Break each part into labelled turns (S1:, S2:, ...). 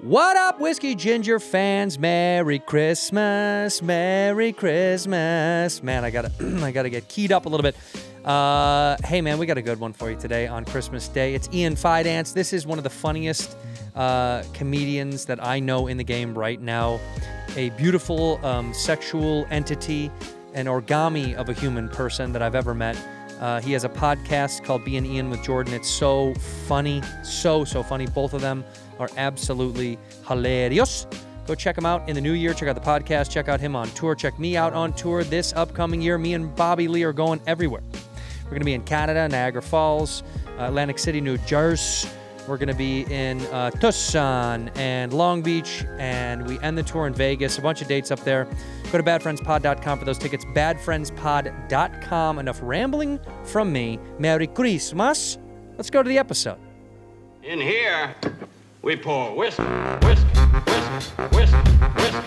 S1: What up, Whiskey Ginger fans? Merry Christmas, Merry Christmas. Man, I gotta, I gotta get keyed up a little bit. Uh, hey, man, we got a good one for you today on Christmas Day. It's Ian Fidance. This is one of the funniest uh, comedians that I know in the game right now. A beautiful um, sexual entity, an origami of a human person that I've ever met. Uh, he has a podcast called Being Ian with Jordan. It's so funny, so, so funny. Both of them are absolutely hilarious. Go check him out in the new year. Check out the podcast. Check out him on tour. Check me out on tour this upcoming year. Me and Bobby Lee are going everywhere. We're going to be in Canada, Niagara Falls, Atlantic City, New Jersey. We're going to be in uh, Tucson and Long Beach, and we end the tour in Vegas. A bunch of dates up there. Go to badfriendspod.com for those tickets. Badfriendspod.com. Enough rambling from me. Merry Christmas. Let's go to the episode.
S2: In here, we pour whisk, whisk, whisk, whisk, whisk.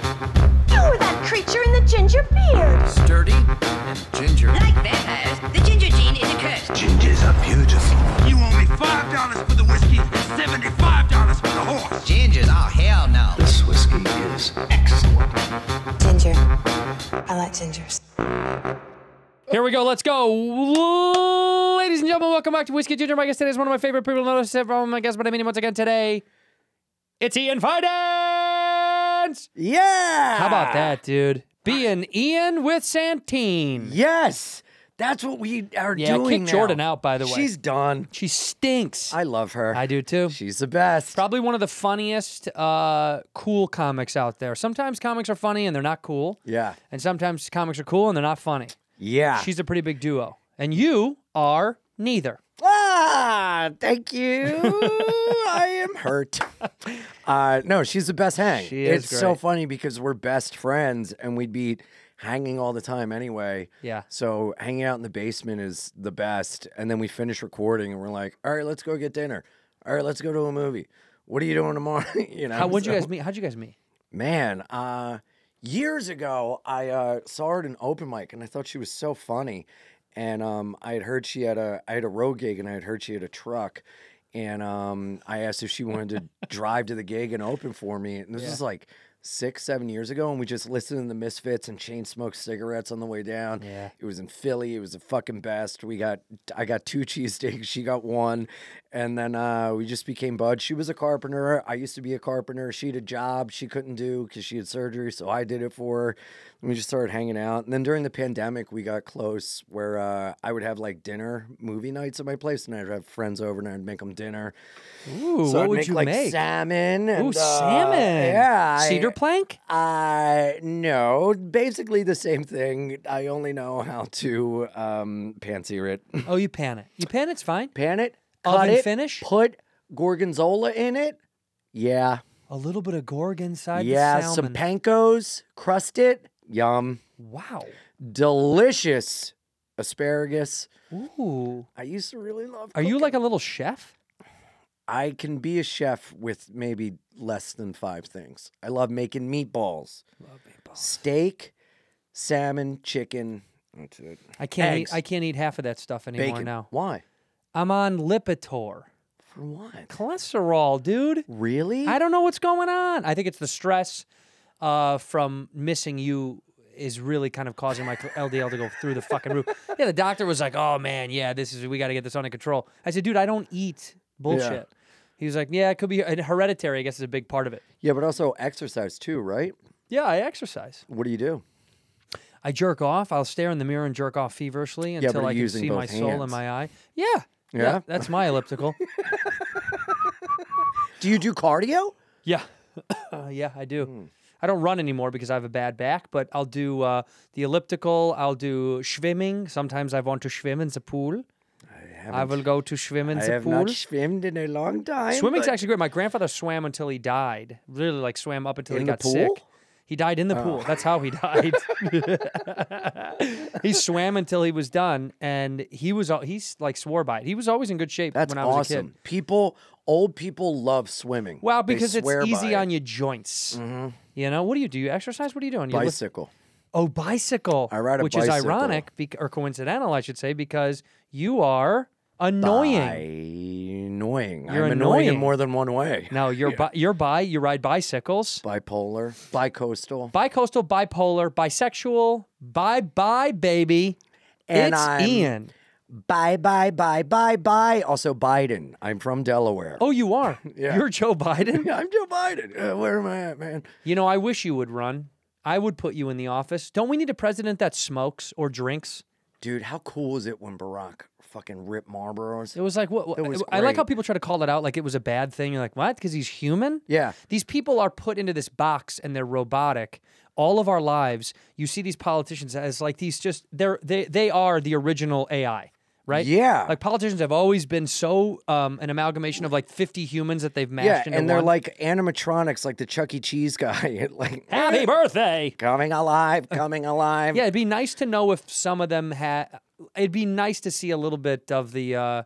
S3: You were Oh, that creature in the ginger beard.
S4: sturdy and ginger.
S5: Like vampires, the ginger gene is a curse.
S6: Gingers are beautiful.
S7: You owe me five dollars for the whiskey and seventy-five dollars for the horse.
S4: Gingers, oh hell no.
S6: This whiskey is excellent.
S8: Ginger. I like gingers.
S1: Here we go. Let's go. Ladies and gentlemen, welcome back to Whiskey Ginger. My guest today is one of my favorite people. Notice it from my guest, but I mean once again today. It's Ian Fidance.
S9: Yeah.
S1: How about that, dude? Being Ian with Santine.
S9: Yes. That's what we are
S1: Yeah,
S9: doing.
S1: kick
S9: now.
S1: Jordan out, by the way.
S9: She's done.
S1: she stinks.
S9: I love her.
S1: I do too.
S9: She's the best.
S1: Probably one of the funniest, uh, cool comics out there. Sometimes comics are funny and they're not cool.
S9: Yeah. Ah.
S1: And sometimes comics are cool and they're not funny.
S9: Yeah.
S1: She's a pretty big duo. And you are neither.
S9: ah, thank you. I am hurt. Uh, no, she's the best hang.
S1: She is
S9: it's so
S1: great.
S9: funny because we're best friends and we'd be hanging all the time anyway.
S1: Yeah.
S9: So hanging out in the basement is the best. And then we finish recording and we're like, all right, let's go get dinner. All right, let's go to a movie. What are you doing tomorrow? you know.
S1: How would you
S9: so-
S1: guys meet? How'd you guys meet?
S9: Man, uh, years ago, I uh, saw her at an open mic, and I thought she was so funny. And um, I had heard she had a I had a road gig, and I had heard she had a truck. And um, I asked if she wanted to drive to the gig and open for me. And this was like six, seven years ago, and we just listened to the Misfits and chain smoked cigarettes on the way down.
S1: Yeah.
S9: It was in Philly. It was the fucking best. We got I got two cheesesteaks. She got one, and then uh, we just became buds. She was a carpenter. I used to be a carpenter. She had a job she couldn't do because she had surgery, so I did it for her. And we just started hanging out. And then during the pandemic, we got close where uh, I would have like dinner movie nights at my place, and I'd have friends over, and I'd make them dinner.
S1: Ooh,
S9: so
S1: what
S9: I'd
S1: would
S9: make,
S1: you
S9: like,
S1: make?
S9: Salmon. And,
S1: Ooh,
S9: uh,
S1: salmon.
S9: Yeah. I-
S1: Cedar plank?
S9: uh, no, basically the same thing. I only know how to um, pan sear it,
S1: Oh, you pan it. You pan it's fine.
S9: pan it,
S1: Oven
S9: cut it,
S1: finish?
S9: put gorgonzola in it. Yeah,
S1: A little bit of gorg inside
S9: yeah,
S1: the salmon.
S9: some pancos, crust it. Yum,
S1: wow.
S9: delicious asparagus.
S1: Ooh.
S9: I used to really love.
S1: Are you
S9: cooking.
S1: like a little chef?
S9: I can be a chef with maybe less than five things. I love making meatballs,
S1: Love meatballs.
S9: steak, salmon, chicken. That's it.
S1: I can't eat,
S9: Eggs.
S1: I can't eat half of that stuff anymore
S9: Bacon.
S1: now.
S9: Why?
S1: I'm on Lipitor.
S9: For what?
S1: Cholesterol, dude.
S9: Really?
S1: I don't know what's going on. I think it's the stress uh, from missing you is really kind of causing my LDL to go through the fucking roof. Yeah, the doctor was like, "Oh man, yeah, this is we got to get this under control." I said, "Dude, I don't eat bullshit." He was like, "Yeah, it could be and hereditary. I guess is a big part of it."
S9: Yeah, but also exercise too, right?
S1: Yeah, I exercise.
S9: What do you do?
S1: I jerk off. I'll stare in the mirror and jerk off feverishly
S9: but
S1: until
S9: you're
S1: I can
S9: using
S1: see
S9: both
S1: my soul in
S9: hands.
S1: my eye. Yeah.
S9: Yeah?
S1: that's my elliptical.
S9: Do you do cardio?
S1: Yeah. Uh, yeah, I do.
S9: Hmm.
S1: I don't run anymore because I have a bad back, but I'll do uh, the elliptical. I'll do swimming. Sometimes I want to swim in the pool. I, will go to swim in
S9: I
S1: the
S9: have
S1: pool.
S9: not swimmed in a long time.
S1: Swimming's
S9: but-
S1: actually great. My grandfather swam until he died. Really, like swam up until he
S9: In the
S1: got sick.
S9: pool? Oh.
S1: He died in the pool. That's how he died. he swam until he was done, and he was al- he's like swore by it. He was always in good shape
S9: That's
S1: when I was a kid.
S9: awesome. People, old people love swimming.
S1: Well,
S9: They
S1: because it's
S9: swear
S1: easy on
S9: by it. Mm-hmm.
S1: your joints. You know, what do you do? You exercise? What are you doing? You lift-
S9: Bicycle.
S1: Oh, bicycle.
S9: I ride a
S1: which is
S9: bicycle.
S1: ironic bec- or coincidental, I should say, because you are Annoying.
S9: Annoying.
S1: You're
S9: I'm annoying in
S1: annoying.
S9: more than one way.
S1: No, you're bi- you're bi. You ride bicycles.
S9: Bipolar, bicoastal.
S1: Bicoastal, bipolar, bisexual. Bye bye, baby.
S9: And
S1: it's
S9: I'm-
S1: Ian.
S9: Bye, bye, bye, bye, bye. Also, Biden. I'm from Delaware.
S1: Oh, you are.
S9: Yeah.
S1: You're Joe Biden.
S9: Yeah, I'm Joe Biden. Uh, where am I at, man?
S1: You know, I wish you would run. I would put you in the office. Don't we need a president that smokes or drinks?
S9: Dude, how cool was it when Barack fucking ripped Marlboros?
S1: It was like what? what-
S9: That was
S1: I like how
S9: great.
S1: people try to call it out like it was a bad thing. You're like, what? Because he's human.
S9: Yeah.
S1: These people are put into this box and they're robotic. All of our lives, you see these politicians as like these just they're they they are the original AI, right?
S9: Yeah.
S1: Like politicians have always been so um, an amalgamation of like fifty humans that they've mashed
S9: Yeah,
S1: into
S9: and they're
S1: one.
S9: like animatronics, like the Chuck E. Cheese guy. like
S1: Happy birthday.
S9: coming alive, coming alive.
S1: Yeah, it'd be nice to know if some of them had. It'd be nice to see a little bit of the uh,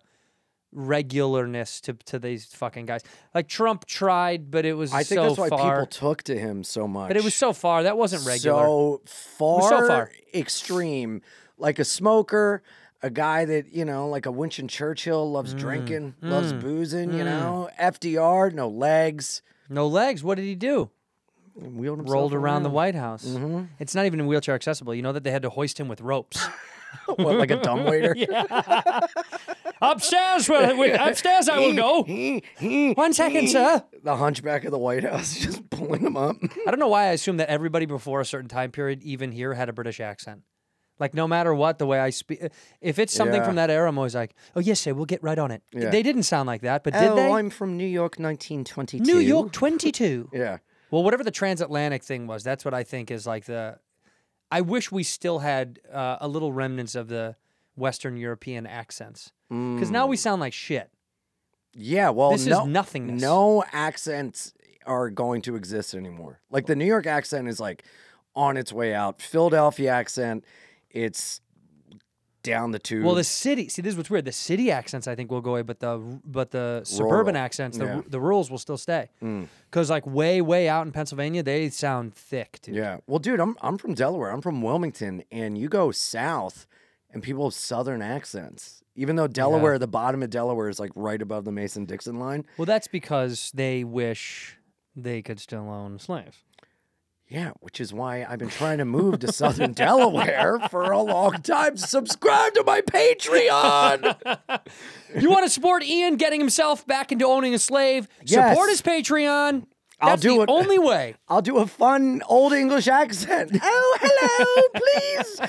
S1: regularness to to these fucking guys. Like Trump tried, but it was
S9: I think
S1: so
S9: that's why
S1: far.
S9: people took to him so much.
S1: but it was so far that wasn't regular.
S9: so far,
S1: so far.
S9: extreme, like a smoker, a guy that you know, like a Winston Churchill,
S1: Mm,
S9: loves drinking, loves boozing. You know, FDR, no legs,
S1: no legs. What did he do?
S9: wheeled himself
S1: Rolled around the White House.
S9: Mm-hmm.
S1: It's not even wheelchair accessible. You know that they had to hoist him with ropes.
S9: what, like a dumbwaiter.
S1: upstairs, well, we, upstairs I will go. One second, sir.
S9: The Hunchback of the White House, just pulling him up.
S1: I don't know why I assume that everybody before a certain time period, even here, had a British accent. Like no matter what, the way I speak, if it's something
S9: Yeah.
S1: from that era, I'm always like, "Oh yes, sir, we'll get right on it."
S9: Yeah.
S1: They didn't sound like that, but did
S9: oh,
S1: they?
S9: I'm from New York, 1922.
S1: New York 22.
S9: Yeah.
S1: Well, whatever the transatlantic thing was, that's what I think is like the. I wish we still had uh, a little remnants of the Western European accents because now
S9: Mm.
S1: we sound like shit.
S9: Yeah, well,
S1: This is
S9: no,
S1: nothingness.
S9: No accents are going to exist anymore. Like the New York accent is like on its way out. Philadelphia accent, it's down the tube.
S1: Well, the city. See, this is what's weird. The city accents I think will go away, but the but the suburban
S9: Rural.
S1: accents, the
S9: Yeah. Mm.
S1: the rules will still stay. Because like way way out in Pennsylvania, they sound thick, dude.
S9: yeah. Well, dude, I'm I'm from Delaware. I'm from Wilmington, and you go south, and people have southern accents. Even though Delaware, the bottom of Delaware is like right above the Mason Dixon line.
S1: Well, that's because they wish they could still own slaves.
S9: Yeah, which is why I've been trying to move to southern Delaware for a long time. Subscribe to my Patreon.
S1: You want to support Ian getting himself back into owning a slave? Support
S9: Yes.
S1: his Patreon. That's
S9: I'll do
S1: the
S9: it.
S1: only way.
S9: I'll do a fun old English accent. Oh, hello, please.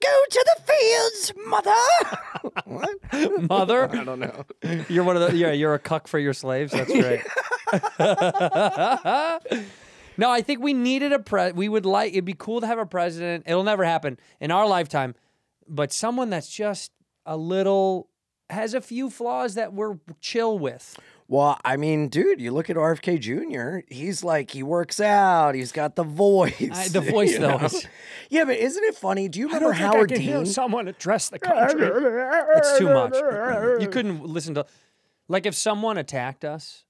S9: Go to the fields, mother. what?
S1: Mother, I don't know. You're one of the yeah. You're a cuck for your slaves. That's great. no, I think we needed a pre. We would like it'd be cool to have a president. It'll never happen in our lifetime, but someone that's just a little has a few flaws that we're chill with.
S9: Well, I mean, dude, you look at RFK Jr., he's like, he works out, he's got the voice.
S1: I, the voice
S9: you
S1: though.
S9: know?
S1: is-
S9: Yeah, but isn't it funny? Do you remember Howard Dean?
S1: someone address the country. it's too much. You couldn't listen to, like, if someone attacked us,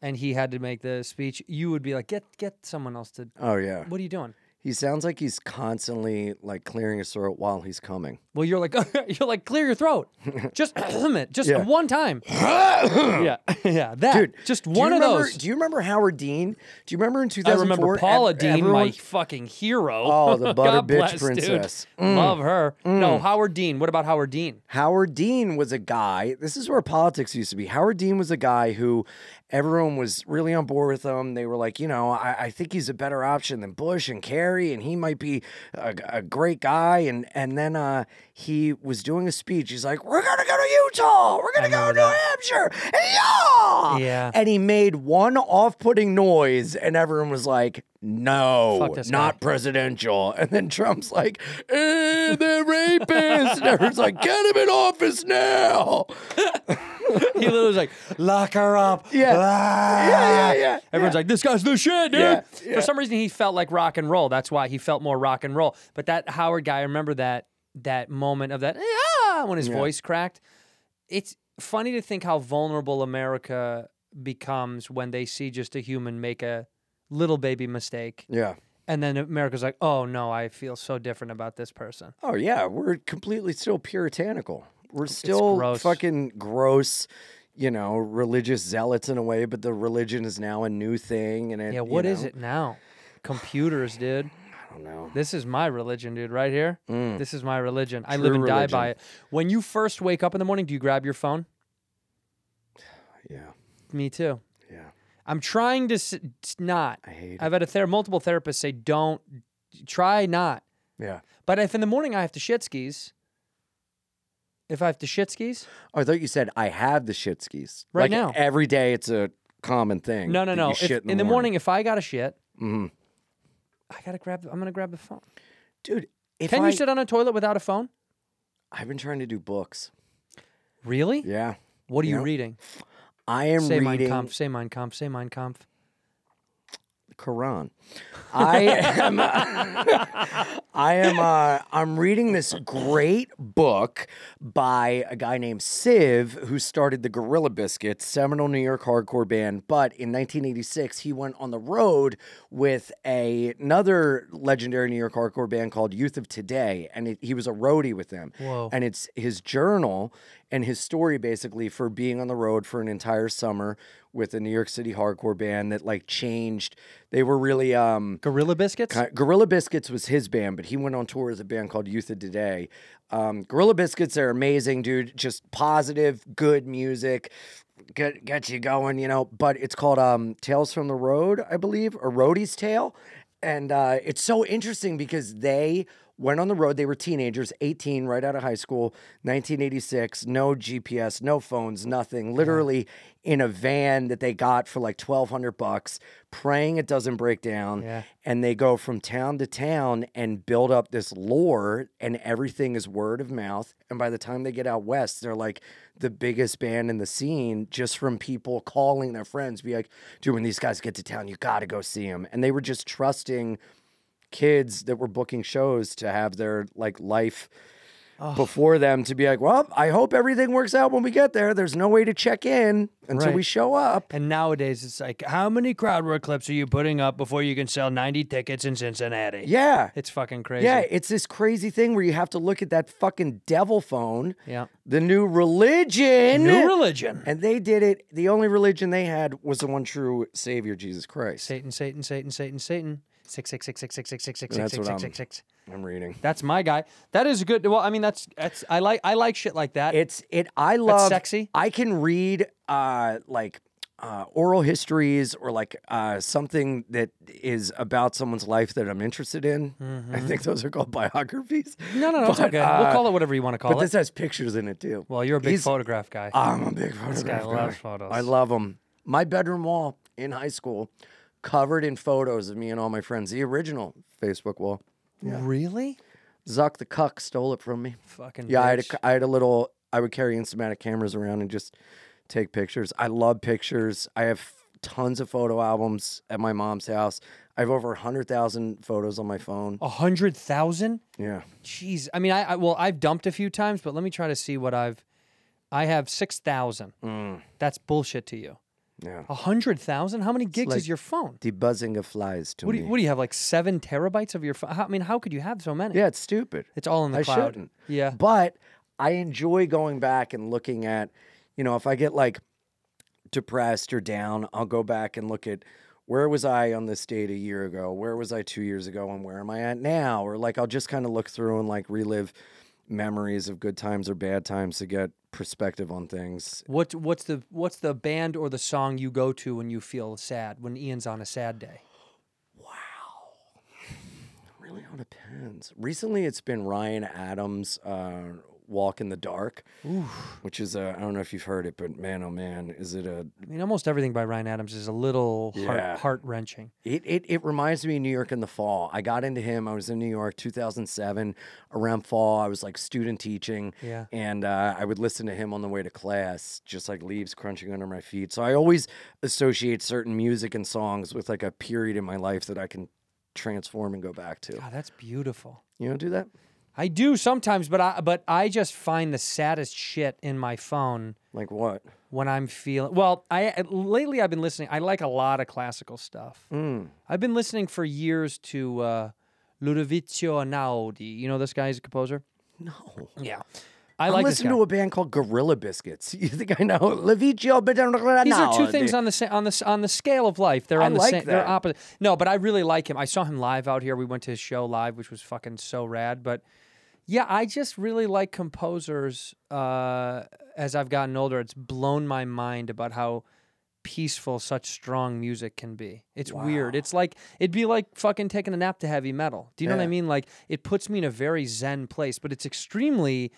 S1: and he had to make the speech, you would be like, get get someone else to.
S9: oh, yeah.
S1: What are you doing?
S9: He sounds like he's constantly like clearing his throat while he's coming.
S1: Well, you're like you're like clear your throat, just it, just
S9: Yeah.
S1: one time. yeah, yeah, that
S9: Dude,
S1: just
S9: do you
S1: one of
S9: remember-
S1: those.
S9: Do you remember Howard Dean? Do you remember in
S1: I
S9: 2004?
S1: remember Paula
S9: ev-
S1: Dean, my
S9: everyone-
S1: fucking hero.
S9: Oh, the butter
S1: God
S9: bitch
S1: bless, dude.
S9: princess. Mm.
S1: Love her. No, Howard Dean. What about Howard Dean?
S9: Howard Dean was a guy. This is where politics used to be. Howard Dean was a guy who everyone was really on board with him. They were like, you know, I, I think he's a better option than Bush and Kerry, and he might be a, a great guy. And and then uh, he was doing a speech. He's like, we're gonna go to Utah, we're gonna go to New Hampshire, and yeah,
S1: Yeah.
S9: And he made one off-putting noise, and everyone was like. No,
S1: Fuck this
S9: not
S1: guy."
S9: presidential. And then Trump's like, eh, they're rapists. And everyone's like, get him in office now.
S1: He literally was like, lock her up.
S9: Yeah. Ah. Yeah, yeah, yeah.
S1: "Ah." Everyone's like, this guy's the shit, dude.
S9: Yeah,
S1: For some reason, he felt like rock and roll. That's why he felt more rock and roll. But that Howard guy, I remember that that moment of that ah, when his voice cracked. It's funny to think how vulnerable America becomes when they see just a human make a little baby mistake,
S9: Yeah.
S1: and then America's like, oh no, I feel so different about this person.
S9: Oh, yeah. We're completely still puritanical. we're still
S1: gross.
S9: fucking gross, you know, religious zealots in a way, but the religion is now a new thing. And it,
S1: Yeah,
S9: you
S1: what is
S9: know,
S1: it now? Computers, dude.
S9: I don't know.
S1: This is my religion, dude, right here. This is my religion. I live
S9: Mm.
S1: and
S9: True
S1: die by it.
S9: religion.
S1: When you first wake up in the morning, do you grab your phone?
S9: Yeah,
S1: Me too.
S9: yeah.
S1: I'm trying to s- s- not. I
S9: hate
S1: I've had a ther- multiple therapists say, don't, try not.
S9: Yeah.
S1: But if in the morning I have to shit skis, if I have to shit skis,
S9: Oh, I thought you said I have the shit skis.
S1: Right
S9: Like,
S1: now.
S9: Every day it's a common thing.
S1: no, no,
S9: that
S1: no.
S9: you
S1: If-
S9: shit
S1: in, the morning, if I got to shit,
S9: Mhm.
S1: I gotta grab. The, I'm gonna grab the phone.
S9: Dude, if
S1: Can
S9: I,
S1: you sit on a toilet without a phone?
S9: I've been trying to do books.
S1: Really?
S9: Yeah.
S1: What are you
S9: Yeah.
S1: reading?
S9: I am
S1: Say Mein
S9: reading
S1: Kampf. Say Mein Kampf. Say Mein Kampf.
S9: Quran. I am I am uh, I'm reading this great book by a guy named Siv who started the Gorilla Biscuits, seminal New York hardcore band, but in 1986 he went on the road with a, another legendary New York hardcore band called Youth of Today and it, he was a roadie with them.
S1: Whoa.
S9: And it's his journal and his story basically for being on the road for an entire summer with a New York City hardcore band that like changed. They were really um
S1: Gorilla biscuits.
S9: Ki- Gorilla Biscuits was his band, but he went on tour with a band called Youth of Today. Um, Gorilla Biscuits are amazing, dude. Just positive, good music. Get, get you going, you know. But it's called um, Tales from the Road, I believe, or Roadie's Tale. And uh, it's so interesting because they went on the road. They were teenagers, 18, right out of high school, 1986, no GPS, no phones, nothing. Literally in a van that they got for like 1200 bucks, praying it doesn't break down
S1: Yeah.
S9: and they go from town to town and build up this lore and everything is word of mouth and by the time they get out west they're like the biggest band in the scene just from people calling their friends be like dude when these guys get to town you gotta go see them and they were just trusting kids that were booking shows to have their like life before them to be like well i hope everything works out when we get there there's no way to check in until we
S1: Right.
S9: show up
S1: And nowadays, it's like, how many crowd work clips are you putting up before you can sell 90 tickets in Cincinnati?
S9: yeah
S1: It's fucking crazy.
S9: Yeah, it's this crazy thing where you have to look at that fucking devil phone.
S1: Yeah.
S9: The new religion.
S1: New religion.
S9: And they did it. The only religion they had was the one true Savior, Jesus Christ.
S1: Satan, Satan, Satan, Satan, Satan. Six, six, six, six, six, six, six, six,
S9: That's
S1: six,
S9: what
S1: six,
S9: I'm-
S1: six, six.
S9: I'm reading.
S1: That's my guy. That is a good. Well, I mean, that's that's. I like I like shit like that.
S9: It's it. I love
S1: sexy.
S9: I can read uh like uh, oral histories or like uh, something that is about someone's life that I'm interested in. I think those are called biographies.
S1: Mm-hmm. no, no, no. it's
S9: But,
S1: okay.
S9: uh,
S1: we'll call it whatever you want to call
S9: But
S1: it.
S9: this has pictures in it too.
S1: well, you're a big
S9: he's-
S1: photograph guy.
S9: I'm a big photograph
S1: guy loves photos.
S9: I love them. My bedroom wall in high school, covered in photos of me and all my friends. The original Facebook wall.
S1: Really?
S9: Zuck the cuck stole it from me.
S1: Fucking.
S9: Yeah, I had, a,
S1: bitch.
S9: c- I had a little. I would carry instamatic cameras around and just take pictures. I love pictures. I have tons of photo albums at my mom's house. I have over hundred thousand photos on my phone.
S1: a hundred thousand.
S9: Yeah,
S1: Jeez. I mean, I, I well, I've dumped a few times, but let me try to see what I've. I have six thousand. That's bullshit to you.
S9: Mm. yeah.
S1: A hundred thousand? How many gigs is
S9: like-
S1: your phone?
S9: The buzzing of flies to
S1: What do,
S9: me.
S1: you, what do you have? Like seven terabytes of your phone? I mean, how could you have so many?
S9: yeah, it's stupid.
S1: It's all in the
S9: I
S1: cloud.
S9: shouldn't.
S1: Yeah.
S9: But I enjoy going back and looking at, you know, if I get like depressed or down, I'll go back and look at where was I on this date a year ago? Where was I two years ago? And where am I at now? Or like I'll just kind of look through and like relive memories of good times or bad times to get perspective on things.
S1: What what's the what's the band or the song you go to when you feel sad? When Ian's on a sad day?
S9: Really all depends. Recently, it's been Ryan Adams' uh, "Walk in the Dark," which is a, I don't know if you've heard it, but man, oh man, is it a
S1: I mean, almost everything by Ryan Adams is a little
S9: Yeah.
S1: heart heart wrenching.
S9: It, it, it reminds me of New York in the fall. I got into him. I was in New York 2007 around fall. I was like student teaching.
S1: Yeah.
S9: And uh, I would listen to him on the way to class, just like leaves crunching under my feet. So I always associate certain music and songs with like a period in my life that I can transform and go back to.
S1: God, Ah, that's beautiful.
S9: You don't do that?
S1: I do sometimes, but I but I just find the saddest shit in my phone
S9: Like what?
S1: when I'm feeling well. I lately I've been listening. I like a lot of classical stuff.
S9: Mm.
S1: I've been listening for years to uh, Ludovico Einaudi. You know this guy? He's a composer.
S9: No.
S1: Yeah. I
S9: I'm
S1: like this
S9: listening
S1: guy.
S9: to a band called Gorilla Biscuits. You think I know? Levicio Bedonrana.
S1: These are two things on the sa- on the s- on the scale of life. They're
S9: I
S1: on the
S9: like
S1: same. They're
S9: that.
S1: opposite. No, but I really like him. I saw him live out here. We went to his show live, which was fucking so rad. But yeah, I just really like composers. Uh, as I've gotten older, it's blown my mind about how peaceful such strong music can be. It's weird. It's like it'd be like fucking taking a nap to heavy metal. Do you know what I
S9: Yeah.
S1: mean? Like it puts me in a very zen place, but it's extremely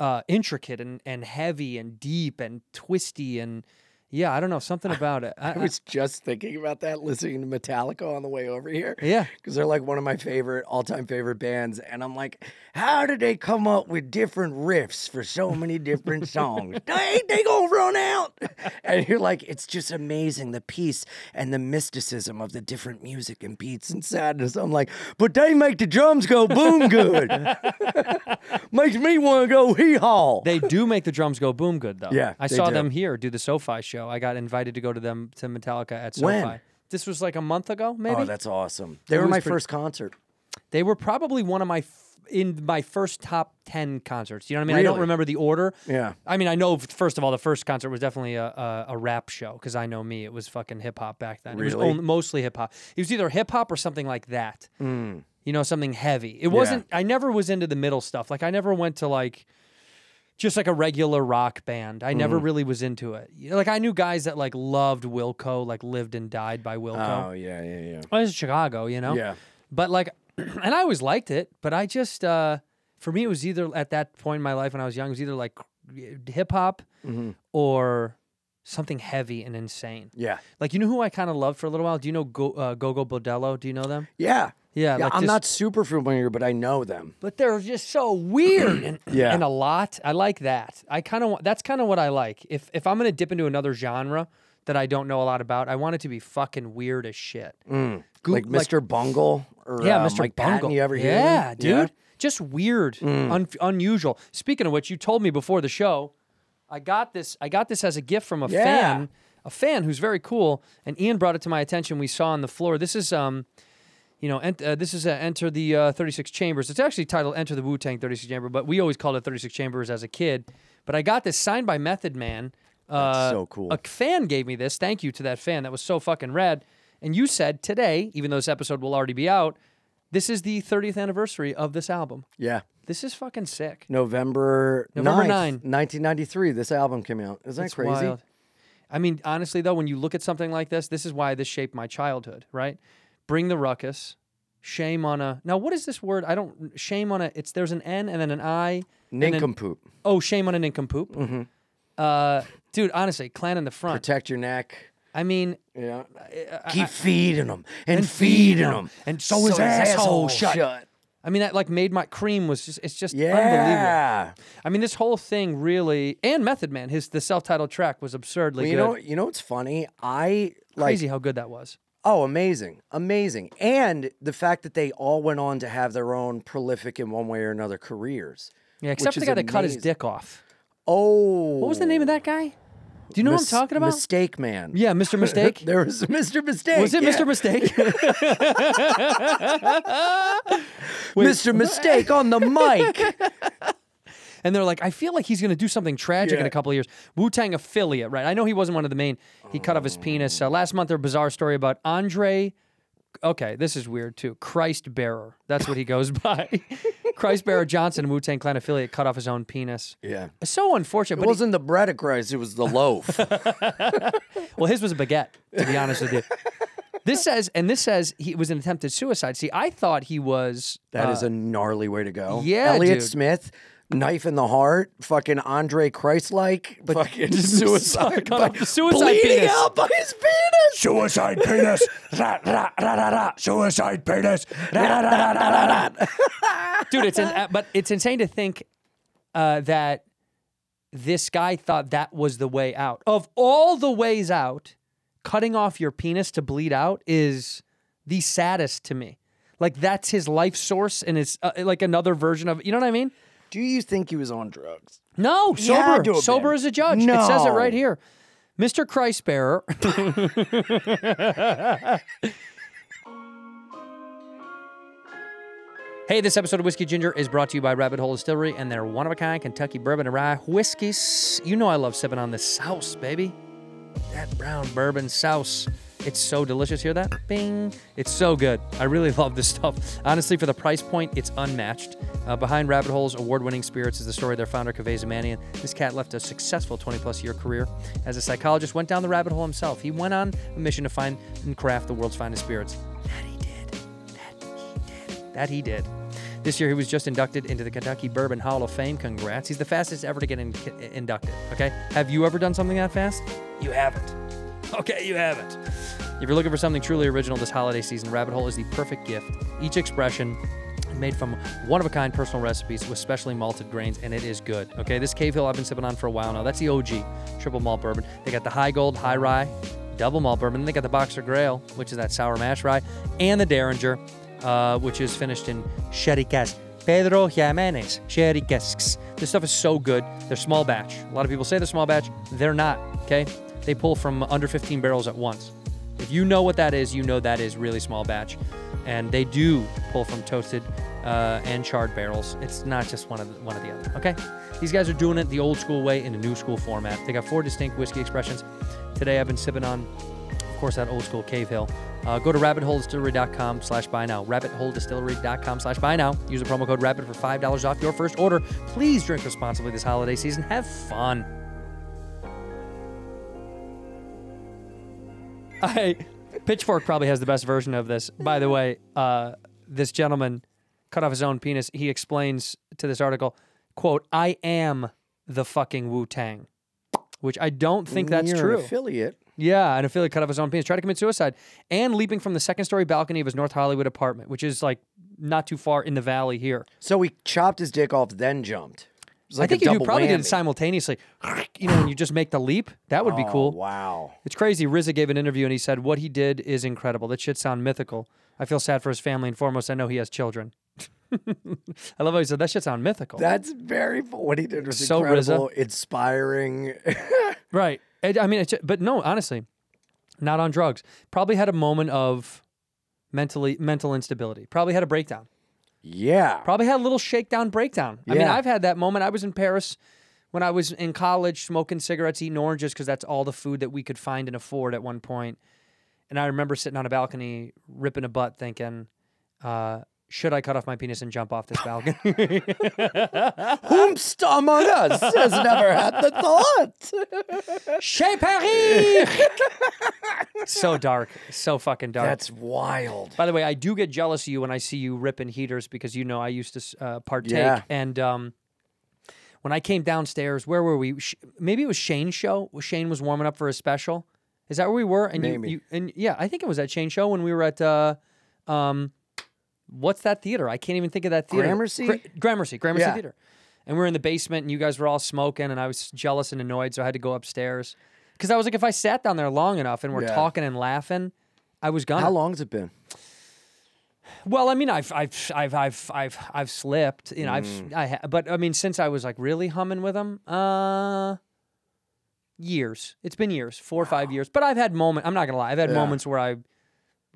S1: uh, intricate and, and heavy and deep and twisty and yeah, I don't know something about it. I,
S9: I was just thinking about that listening to Metallica on the way over here.
S1: Yeah.
S9: Because they're like one of my favorite, all time favorite bands. And I'm like, how did they come up with different riffs for so many different songs? they, they gonna run out. And you're like, it's just amazing the peace and the mysticism of the different music and beats and sadness. I'm like, but they make the drums go boom good. Makes me wanna go hee haw.
S1: they do make the drums go boom good though.
S9: Yeah,
S1: I
S9: they
S1: saw
S9: do.
S1: them here do the SoFi show. I got invited to go to them to Metallica at SoFi.
S9: When?
S1: This was like a month ago, maybe.
S9: Oh, that's awesome. They
S1: It
S9: were
S1: was
S9: my
S1: pretty-
S9: first concert.
S1: They were probably one of my f- in my first top ten concerts. You know what I mean? I don't
S9: Really?
S1: remember the order.
S9: Yeah.
S1: I mean, I know f- first of all, the first concert was definitely a a, a rap show because I know me. It was fucking hip hop back then. It was
S9: Really?
S1: only, mostly hip hop. It was either hip hop or something like that.
S9: Hmm.
S1: You know, something heavy. It wasn't. I never was into the middle stuff. Like I never went to like. Just like a regular rock band, I never
S9: Hmm.
S1: really was into it. You know, Like I knew guys that like loved Wilco, like lived and died by Wilco.
S9: Oh, yeah, yeah, yeah.
S1: I was in Chicago, you know?
S9: Yeah.
S1: But like, and I always liked it, but I just, uh, for me, it was either at that point in my life when I was young, it was either like hip hop or something heavy and insane.
S9: Yeah.
S1: Like, you know who I kind of loved for a little while? Do you know Go uh, Gogo Bodello? Do you know them?
S9: Yeah.
S1: Yeah, like
S9: I'm
S1: just-
S9: not super familiar, but I know them.
S1: But they're just so weird and,
S9: Yeah.
S1: and a lot. I like that. I kind of want, that's kind of what I like. If, if I'm going to dip into another genre that I don't know a lot about, I want it to be fucking weird as shit. Goo-
S9: like Mr. Bungle or
S1: Yeah,
S9: uh,
S1: Mr.
S9: Mike
S1: Bungle.
S9: Patton, you ever hear?
S1: yeah,
S9: him? Mm.
S1: dude. Just weird, un- unusual. Speaking of which, you told me before the show, I got this. I got this as a gift from a
S9: Yeah.
S1: fan, a fan who's very cool, and Ian brought it to my attention. We saw on the floor. This is um, you know, ent- uh, this is uh, Enter the uh, 36 Chambers. It's actually titled Enter the Wu Tang 36 Chamber, but we always called it 36 Chambers as a kid. But I got this signed by Method Man. Uh,
S9: so cool.
S1: A fan gave me this. Thank you to that fan. That was so fucking rad. And you said today, even though this episode will already be out, this is the 30th anniversary of this album.
S9: Yeah.
S1: This is fucking sick.
S9: November,
S1: November
S9: 9th,
S1: 9.
S9: 1993, this album came out. Isn't
S1: That's
S9: that crazy?
S1: wild. I mean, honestly, though, when you look at something like this, this is why this shaped my childhood, right? Bring the ruckus. Shame on a. Now, what is this word? I don't. Shame on a. It's there's an N and then an I. and then-
S9: Nincompoop. Mm-hmm.
S1: oh, shame on a nincompoop. Uh, dude, honestly, clan in the front.
S9: Protect your neck.
S1: I mean,
S9: Yeah. Keep feeding them and,
S1: feeding
S9: feeding
S1: 'em,
S9: them.
S1: and so his asshole shut.
S9: shut.
S1: I mean that like made my cream was just. It's just unbelievable.
S9: Yeah.
S1: I mean, this whole thing really and Method Man, his the self-titled track was absurdly
S9: Well, you
S1: good.
S9: know, you know what's funny? I like
S1: Crazy how good that was.
S9: Oh, amazing. Amazing. And the fact that they all went on to have their own prolific in one way or another careers.
S1: Yeah, except
S9: which
S1: for the
S9: is
S1: guy that cut his
S9: amazing.
S1: dick off.
S9: Oh.
S1: What was the name of that guy? Do you know
S9: Mis-
S1: what I'm talking about?
S9: Mistake Man.
S1: Yeah, Mr. Mistake.
S9: There was a Mr. Mistake.
S1: Was it
S9: yeah.
S1: Mr. Mistake?
S9: Mr. Mistake on the mic?
S1: and they're like, I feel like he's going to do something tragic in
S9: Yeah.
S1: a couple of years. Wu Tang affiliate, right? I know he wasn't one of the main. He cut off his penis. Uh, last month, there was a bizarre story about Andre. Okay, this is weird too. Christ bearer. That's what he goes by. Christ bearer Johnson, Wu Tang Clan affiliate, cut off his own penis.
S9: Yeah.
S1: So unfortunate.
S9: It
S1: but he-
S9: wasn't the bread of Christ, it was the loaf.
S1: Uh. Well, his was a baguette, to be honest with you. This says, and this says he it was an attempted suicide. See, I thought he was.
S9: That
S1: uh,
S9: is a gnarly way to go.
S1: yeah,
S9: Elliot
S1: dude.
S9: Smith, knife in the heart, fucking Andre Christ like, fucking suicide.
S1: Cut off
S9: by-
S1: the suicide
S9: bleeding
S1: penis.
S9: out by his penis. Suicide penis. ra, ra, ra, ra, ra. Suicide penis. Ra, ra, ra, ra, ra, ra.
S1: dude. It's in, uh, but it's insane to think uh, that this guy thought that was the way out. Of all the ways out, cutting off your penis to bleed out is the saddest to me. Like that's his life source, and it's uh, like another version of you know what I mean.
S9: Do you think he was on drugs?
S1: No,
S9: Yeah, I
S1: sober,
S9: do a
S1: sober
S9: bit.
S1: as a judge. It says it right
S9: No.
S1: here, Mister Christbearer. Hey, this episode of Whiskey Ginger is brought to you by Rabbit Hole Distillery and their one of a kind Kentucky bourbon and rye whiskeys. You know I love sipping on this sauce, baby. That brown bourbon sauce. It's so delicious. Hear that? Bing. It's so good. I really love this stuff. Honestly, for the price point, it's unmatched. Uh, behind Rabbit Hole's award winning spirits is the story of their founder, Kaveh Zamanian. This cat left a successful 20 plus year career as a psychologist, went down the rabbit hole himself. He went on a mission to find and craft the world's finest spirits. That he did. That he did. That he did. This year, he was just inducted into the Kentucky Bourbon Hall of Fame. Congrats. He's the fastest ever to get in- inducted. Okay. Have you ever done something that fast? You haven't. Okay, you haven't. If you're looking for something truly original this holiday season, Rabbit Hole is the perfect gift. Each expression made from one of a kind personal recipes with specially malted grains, and it is good. Okay, this Cave Hill I've been sipping on for a while now. That's the OG triple malt bourbon. They got the high gold, high rye, double malt bourbon. Then they got the Boxer Grail, which is that sour mash rye, and the Derringer, uh, which is finished in sherry cask. Pedro Jimenez, sherry casks. This stuff is so good. They're small batch. A lot of people say they're small batch. They're not. Okay, they pull from under 15 barrels at once. If you know what that is, you know that is really small batch, and they do pull from toasted uh, and charred barrels. It's not just one of the, one of the other. Okay, these guys are doing it the old school way in a new school format. They got four distinct whiskey expressions. Today I've been sipping on, of course, that old school Cave Hill. Uh, go to rabbitholedistillery.com slash buy now. Rabbitholedistillery.com slash buy now. Use the promo code RABBIT for $5 off your first order. Please drink responsibly this holiday season. Have fun. I Pitchfork probably has the best version of this. By the way, uh, this gentleman cut off his own penis. He explains to this article, "quote I am the fucking Wu Tang," which I don't think that's
S9: You're an
S1: true.
S9: affiliate.
S1: Yeah, an affiliate cut off his own penis, tried to commit suicide, and leaping from the second story balcony of his North Hollywood apartment, which is like not too far in the valley here.
S9: So he chopped his dick off, then jumped. It's
S1: I
S9: like
S1: think
S9: a
S1: if you
S9: double
S1: probably did
S9: whammy.
S1: it simultaneously, you know, when you just make the leap, that would be
S9: Oh,
S1: cool.
S9: Wow.
S1: It's crazy. RZA gave an interview and he said what he did is incredible. That shit sound mythical. I feel sad for his family and foremost, I know he has children. I love how he said that shit sound mythical.
S9: That's very what he did was
S1: So RZA.
S9: incredible, inspiring.
S1: right. It- I mean, it's, but no, honestly, not on drugs. Probably had a moment of mentally mental instability. Probably had a breakdown.
S9: yeah.
S1: Probably had a little shakedown breakdown. I mean,
S9: Yeah.
S1: I've had that moment. I was in Paris when I was in college smoking cigarettes, eating oranges because that's all the food that we could find and afford at one point. And I remember sitting on a balcony, ripping a butt, thinking, uh, should I cut off my penis and jump off this balcony?
S9: Whomst among us has never had the thought.
S1: Chez Paris! so dark. So fucking dark.
S9: That's wild.
S1: By the way, I do get jealous of you when I see you ripping heaters because you know I used to uh, partake.
S9: Yeah.
S1: And um, when I came downstairs, where were we? Sh- Maybe it was Shane's show. Shane was warming up for his special. Is that where we were? And
S9: Maybe.
S1: You, you and yeah, I think it was at Shane's show when we were at uh, um, what's that theater? I can't even think of that theater.
S9: Gramercy?
S1: Gra- Gramercy, Gramercy
S9: Yeah.
S1: Theater. And we were in the basement, and you guys were all smoking, and I was jealous and annoyed, so I had to go upstairs because I was like, if I sat down there long enough and we're
S9: Yeah.
S1: talking and laughing, I was gonna.
S9: How long's it been?
S1: Well, I mean, I've, I've, I've, I've, I've, I've slipped, you know, I've,
S9: Mm.
S1: I, ha- but I mean, since I was like really humming with them, uh, years. It's been years, four or five years. But I've had moments. I'm not gonna lie, I've had moments where I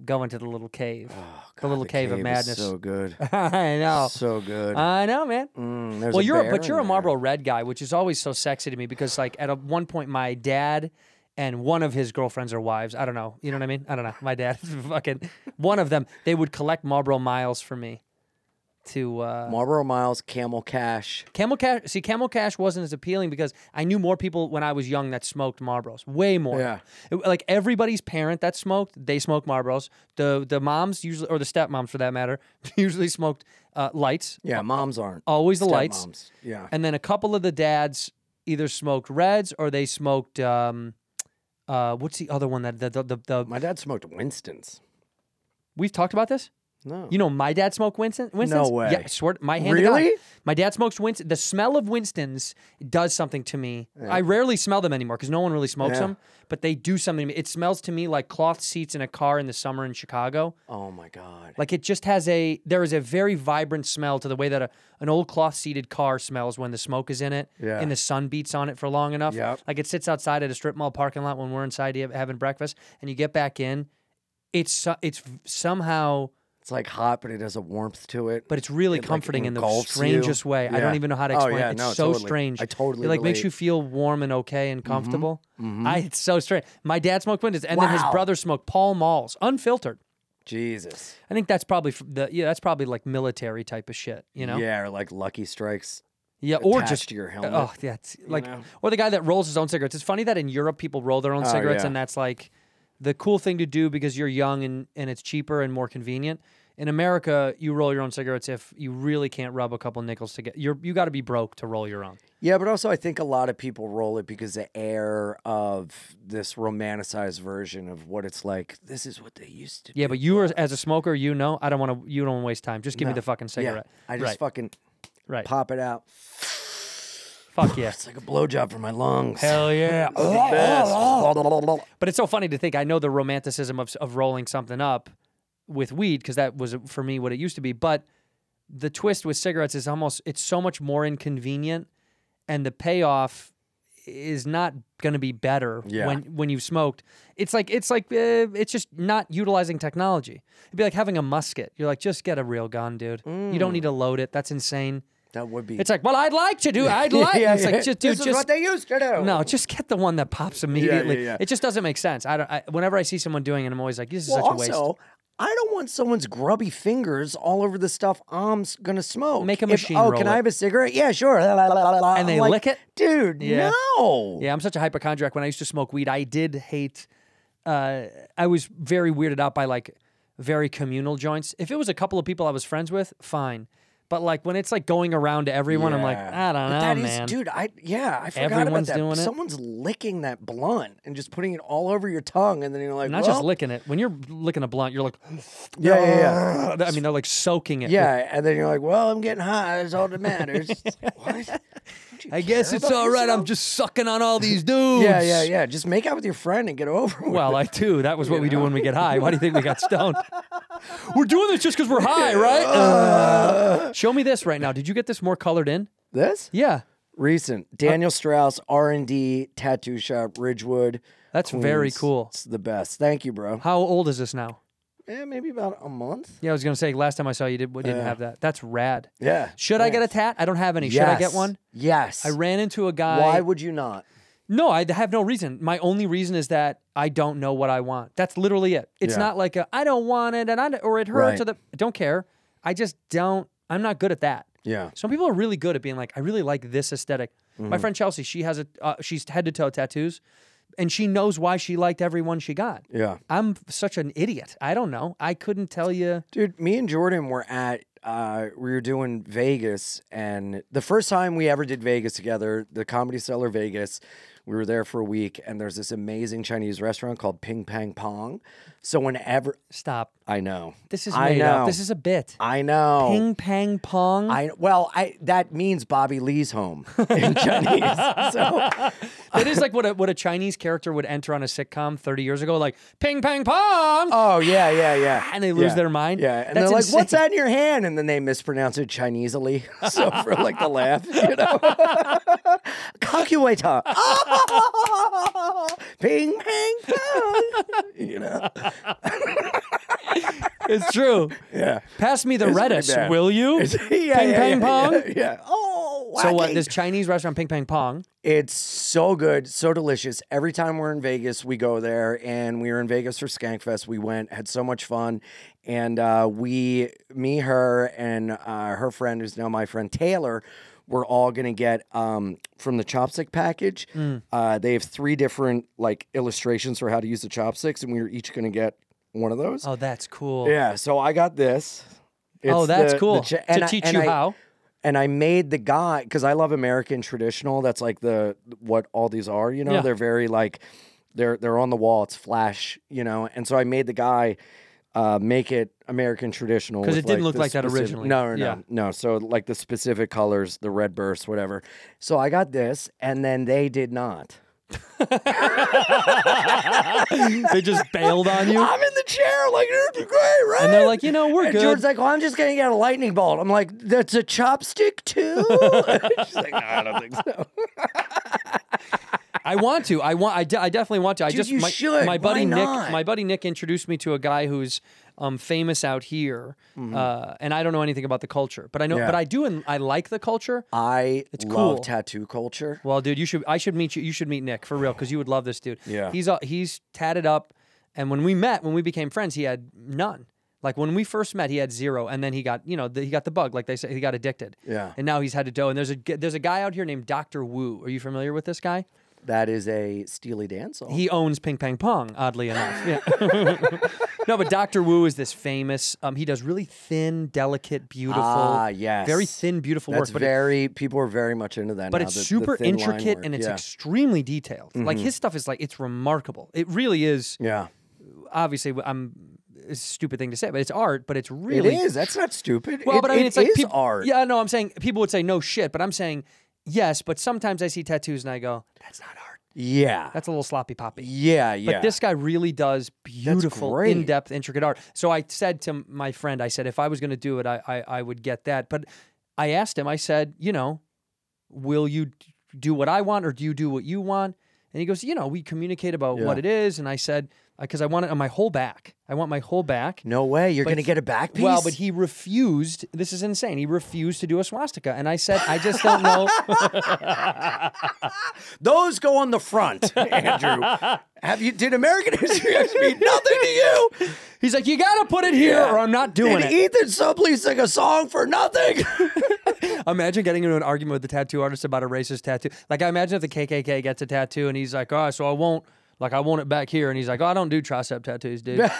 S1: go into the little cave, the little
S9: The
S1: cave, of
S9: is
S1: madness.
S9: So good.
S1: I know,
S9: Ah. So good.
S1: I know, man.
S9: Mm, there's
S1: well, you're,
S9: bear
S1: a, but you're a
S9: in there.
S1: Marlboro Red guy, which is always so sexy to me because, like, at a, one point, my dad and one of his girlfriends or wives, I don't know, you know what I mean? I don't know. My dad, fucking one of them, they would collect Marlboro miles for me. To uh,
S9: Marlboro Miles, Camel Cash.
S1: Camel Cash, see, Camel Cash wasn't as appealing because I knew more people when I was young that smoked Marlboros, way more.
S9: Yeah.
S1: It- like everybody's parent that smoked, they smoked Marlboros. The the moms usually, or the stepmoms for that matter, usually smoked uh, lights.
S9: Yeah, moms aren't.
S1: Always the lights.
S9: Stepmoms. Yeah.
S1: And then a couple of the dads either smoked reds or they smoked um uh what's the other one that the the, the, the
S9: My dad smoked Winston's.
S1: we've talked about this?
S9: No.
S1: You know my dad smoked Winston Winston's?
S9: way.
S1: Yeah, I swear to- my hand to God.
S9: Really?
S1: My dad smokes Winston. The smell of Winston's does something to me. I rarely smell them anymore cuz no one really smokes
S9: Yeah.
S1: them, but they do something to me. It smells to me like cloth seats in a car in the summer in Chicago.
S9: oh my God.
S1: Like it just has a there is a very vibrant smell to the way that a, an old cloth seated car smells when the smoke is in it
S9: Yeah.
S1: and the sun beats on it for long enough.
S9: Yep.
S1: Like it sits outside at a strip mall parking lot when we're inside ha- having breakfast and you get back in. It's so- it's v- somehow
S9: It's like hot, but it has a warmth to it.
S1: but it's really
S9: It, like,
S1: comforting in the
S9: engulfs you.
S1: strangest way. I don't
S9: Yeah.
S1: even know how to
S9: Oh,
S1: explain.
S9: yeah,
S1: it. It's
S9: no,
S1: so
S9: totally.
S1: strange.
S9: I totally
S1: It like makes you
S9: relate. Mm-hmm.
S1: feel warm and okay and comfortable. I, it's so strange. My dad smoked Windows, and then his
S9: Wow.
S1: brother smoked Paul Malls, unfiltered.
S9: Jesus.
S1: I think that's probably f- the yeah, that's probably like military type of shit, you know?
S9: Yeah, or like Lucky Strikes.
S1: Yeah, or
S9: attached
S1: just
S9: to your helmet,
S1: Oh, yeah, it's like or the guy that rolls his own cigarettes. It's funny that in Europe people roll their own cigarettes,
S9: Oh, yeah.
S1: and that's like the cool thing to do because you're young and and it's cheaper and more convenient. In America, you roll your own cigarettes if you really can't rub a couple nickels together. You're you got to be broke to roll your own.
S9: Yeah, but also I think a lot of people roll it because the air of this romanticized version of what it's like. This is what they used to.
S1: Yeah, but you are as a smoker, you know, I don't want to. You don't want to waste time. Just give me
S9: No.
S1: the fucking
S9: do. Yeah,
S1: cigarette.
S9: I just
S1: right,
S9: fucking
S1: right.
S9: pop it out.
S1: Fuck yeah.
S9: It's like a blowjob for my lungs.
S1: Hell yeah.
S9: Best.
S1: But it's so funny to think. I know the romanticism of of rolling something up with weed because that was for me what it used to be. But the twist with cigarettes is almost it's so much more inconvenient, and the payoff is not going to be better
S9: Yeah.
S1: when when you've smoked. It's like it's like uh, it's just not utilizing technology. It'd be like having a musket. You're like, just get a real gun, dude. You don't need
S9: Mm.
S1: to load it. That's insane.
S9: That would be.
S1: It's like, well, I'd like to do. I'd like. it's like, just, dude,
S9: this
S1: just
S9: is what they used to do.
S1: no, just get the one that pops immediately.
S9: Oh. yeah.
S1: It just doesn't make sense. I don't. I, whenever I see someone doing it, I'm always like, this is
S9: Well,
S1: such a waste.
S9: also, I don't want someone's grubby fingers all over the stuff I'm s- gonna smoke.
S1: Make a
S9: If,
S1: machine
S9: oh,
S1: roll
S9: can
S1: it.
S9: I have a cigarette? Yeah, sure. And
S1: they lick it?
S9: dude.
S1: Yeah.
S9: No.
S1: yeah, I'm such a hypochondriac. When I used to smoke weed, I did hate. Uh, I was very weirded out by like very communal joints. If it was a couple of people I was friends with, fine. But like when it's like going around to everyone, I'm like,
S9: Yeah.
S1: I don't know,
S9: but that is,
S1: man.
S9: dude. I yeah, I forgot
S1: Everyone's
S9: about that.
S1: doing it.
S9: Someone's licking that blunt and just putting it all over your tongue, and then you're like,
S1: Not
S9: well,
S1: just licking it. When you're licking a blunt, you're like,
S9: Yeah, yeah, yeah.
S1: I mean, they're like soaking it.
S9: Yeah, and then you're like, well, I'm getting high. That's all that matters. what?
S1: I guess it's all right. I'm just sucking on all these dudes.
S9: Yeah, yeah, yeah. Just make out with your friend and get over with
S1: Well, I do. That was what we do when we get high. Why do you think we got stoned? we're doing this just because we're high, right? Uh, show me this right now. Did you get this more colored in?
S9: this.
S1: Yeah.
S9: Recent Daniel Strauss R and D tattoo shop Ridgewood.
S1: That's very
S9: Queens.
S1: cool.
S9: It's the best. Thank you, bro.
S1: How old is this now?
S9: Yeah, maybe about a month.
S1: Yeah, I was gonna say last time I saw you did, we didn't have that. That's rad.
S9: Yeah.
S1: Should I get a tat? I don't have any. Should I get
S9: Yes.
S1: one?
S9: Yes.
S1: I ran into a guy.
S9: Why would you not?
S1: No, I have no reason. My only reason is that I don't know what I want. That's literally it. It's
S9: Yeah.
S1: not like a I don't want it and I don't- or it hurts
S9: Right.
S1: or the I don't care. I just don't. I'm not good at that.
S9: Yeah.
S1: Some people are really good at being like, I really like this esthetic
S9: Mm-hmm.
S1: My friend Chelsea, she has a uh, she's head to toe tattoos, and she knows why she liked every one she got.
S9: Yeah.
S1: I'm such an idiot. I don't know. I couldn't tell you.
S9: Dude, me and Jordan were at uh we were doing Vegas and the first time we ever did Vegas together, the Comedy Cellar Vegas, we were there for a week and there's this amazing Chinese restaurant called Ping Pang Pong. So whenever
S1: Stop.
S9: I know.
S1: This is
S9: I
S1: made
S9: know.
S1: up. This is a bit.
S9: I know.
S1: Ping pang pong.
S9: I well, I that means Bobby Lee's home in Chinese. so
S1: that is like what a what a Chinese character would enter on a sitcom 30 years ago, like ping pang pong.
S9: Oh yeah, yeah, yeah.
S1: And they lose
S9: Yeah.
S1: their mind?
S9: Yeah, and
S1: That's
S9: they're like, "What's
S1: insane.
S9: that in your hand?" And then they mispronounce it Chineseily, so for like the laugh, you know. Calculator. Ping ping pong. You know.
S1: It's true.
S9: Yeah.
S1: Pass me the
S9: It's pretty
S1: Redis,
S9: bad.
S1: will you?
S9: It's- yeah,
S1: ping
S9: yeah,
S1: pang
S9: yeah,
S1: pong.
S9: Yeah, yeah. Oh.
S1: So what?
S9: wacky.
S1: This Chinese restaurant, ping pang pong.
S9: It's so good, so delicious. Every time we're in Vegas, we go there, and we were in Vegas for Skankfest. We went, had so much fun, and uh, we, me, her, and uh, her friend, who's now my friend Taylor, we're all gonna get um, from the chopstick package.
S1: Mm.
S9: Uh, they have three different like illustrations for how to use the chopsticks, and we were each gonna get one of those.
S1: Oh, that's cool.
S9: Yeah, so I got this.
S1: Oh,
S9: It's
S1: that's
S9: the- the
S1: cool.
S9: cha- and
S1: to
S9: I-
S1: teach
S9: and
S1: you
S9: I-
S1: how.
S9: and I made the guy because I love American traditional. That's like the what all these are. You know,
S1: Yeah.
S9: they're very like they're they're on the wall. It's flash. You know, and so I made the guy uh, make it American traditional
S1: 'Cause
S9: with,
S1: it didn't look
S9: the
S1: like that
S9: specific-
S1: originally.
S9: No, no, no,
S1: Yeah.
S9: no. So like the specific colors, the red bursts, whatever. So I got this, and then they did not.
S1: they just bailed on you.
S9: I'm in the chair, like it'd be great, right?
S1: And they're like, you know, we're
S9: And
S1: good.
S9: Jordan's like, well, I'm just gonna get a lightning bolt. I'm like, that's a chopstick too. She's like, no, I don't think so.
S1: I want to. I want. I, de- I definitely want to. I just
S9: you
S1: my,
S9: should.
S1: my buddy
S9: Why
S1: Nick.
S9: not?
S1: My buddy Nick introduced me to a guy who's um, famous out here, uh, and I don't know anything about the culture, but I know,
S9: Yeah.
S1: but I do, and I like the culture.
S9: I love
S1: cool.
S9: tattoo culture.
S1: Well, dude, you should. I should meet you. You should meet Nick for real because you would love this dude.
S9: Yeah.
S1: he's uh, he's tatted up, and when we met, when we became friends, he had none. Like when we first met, he had zero, and then he got you know the, he got the bug. Like they say, he got addicted.
S9: Yeah.
S1: and now he's had to do. And there's a g- there's a guy out here named Doctor Wu. Are you familiar with this guy?
S9: That is a Steely Dan song.
S1: He owns Ping Pang Pong, oddly enough. Yeah. no, but Dr. Wu is this famous. Um, he does really thin, delicate, beautiful,
S9: ah, yes.
S1: very thin, beautiful
S9: That's
S1: work. But it-
S9: very people are very much into that.
S1: but
S9: now,
S1: it's
S9: the- the
S1: super
S9: thin line
S1: intricate
S9: work.
S1: and it's
S9: yeah. Mm-hmm.
S1: extremely detailed. Like his stuff is like it's remarkable. It really is.
S9: yeah.
S1: Obviously, I'm it's a stupid thing to say, but it's art. But it's really
S9: it is. That's not stupid.
S1: Well,
S9: It-
S1: but I mean,
S9: it
S1: it's like
S9: is
S1: peop-
S9: art.
S1: Yeah, no, I'm saying people would say no shit, but I'm saying yes. But sometimes I see tattoos and I go, that's not art.
S9: yeah,
S1: That's a little sloppy poppy.
S9: yeah, yeah.
S1: But this guy really does beautiful,
S9: great.
S1: in depth, intricate art. So I said to my friend, I said, if I was going to do it, I, I, I would get that. But I asked him, I said, you know, will you d- do what I want or do you do what you want? And he goes, you know, we communicate about what
S9: Yeah.
S1: it is. And I said, because I want it on my whole back. I want my whole back.
S9: no way. You're
S1: But
S9: gonna
S1: he-
S9: get a back piece.
S1: Well, but he refused. This is insane. He refused to do a swastika. And I said, I just don't know.
S9: those go on the front, Andrew. Have you? Did American history X mean nothing to you?
S1: He's like, you got to put it here or I'm not doing
S9: did
S1: it.
S9: Ethan Suplee sing a song for nothing?
S1: Imagine getting into an argument with the tattoo artist about a racist tattoo. Like, I imagine if the KKK gets a tattoo and he's like, "All right, so I won't, like, I want it back here," and he's like, "Oh, I don't do tricep tattoos, dude."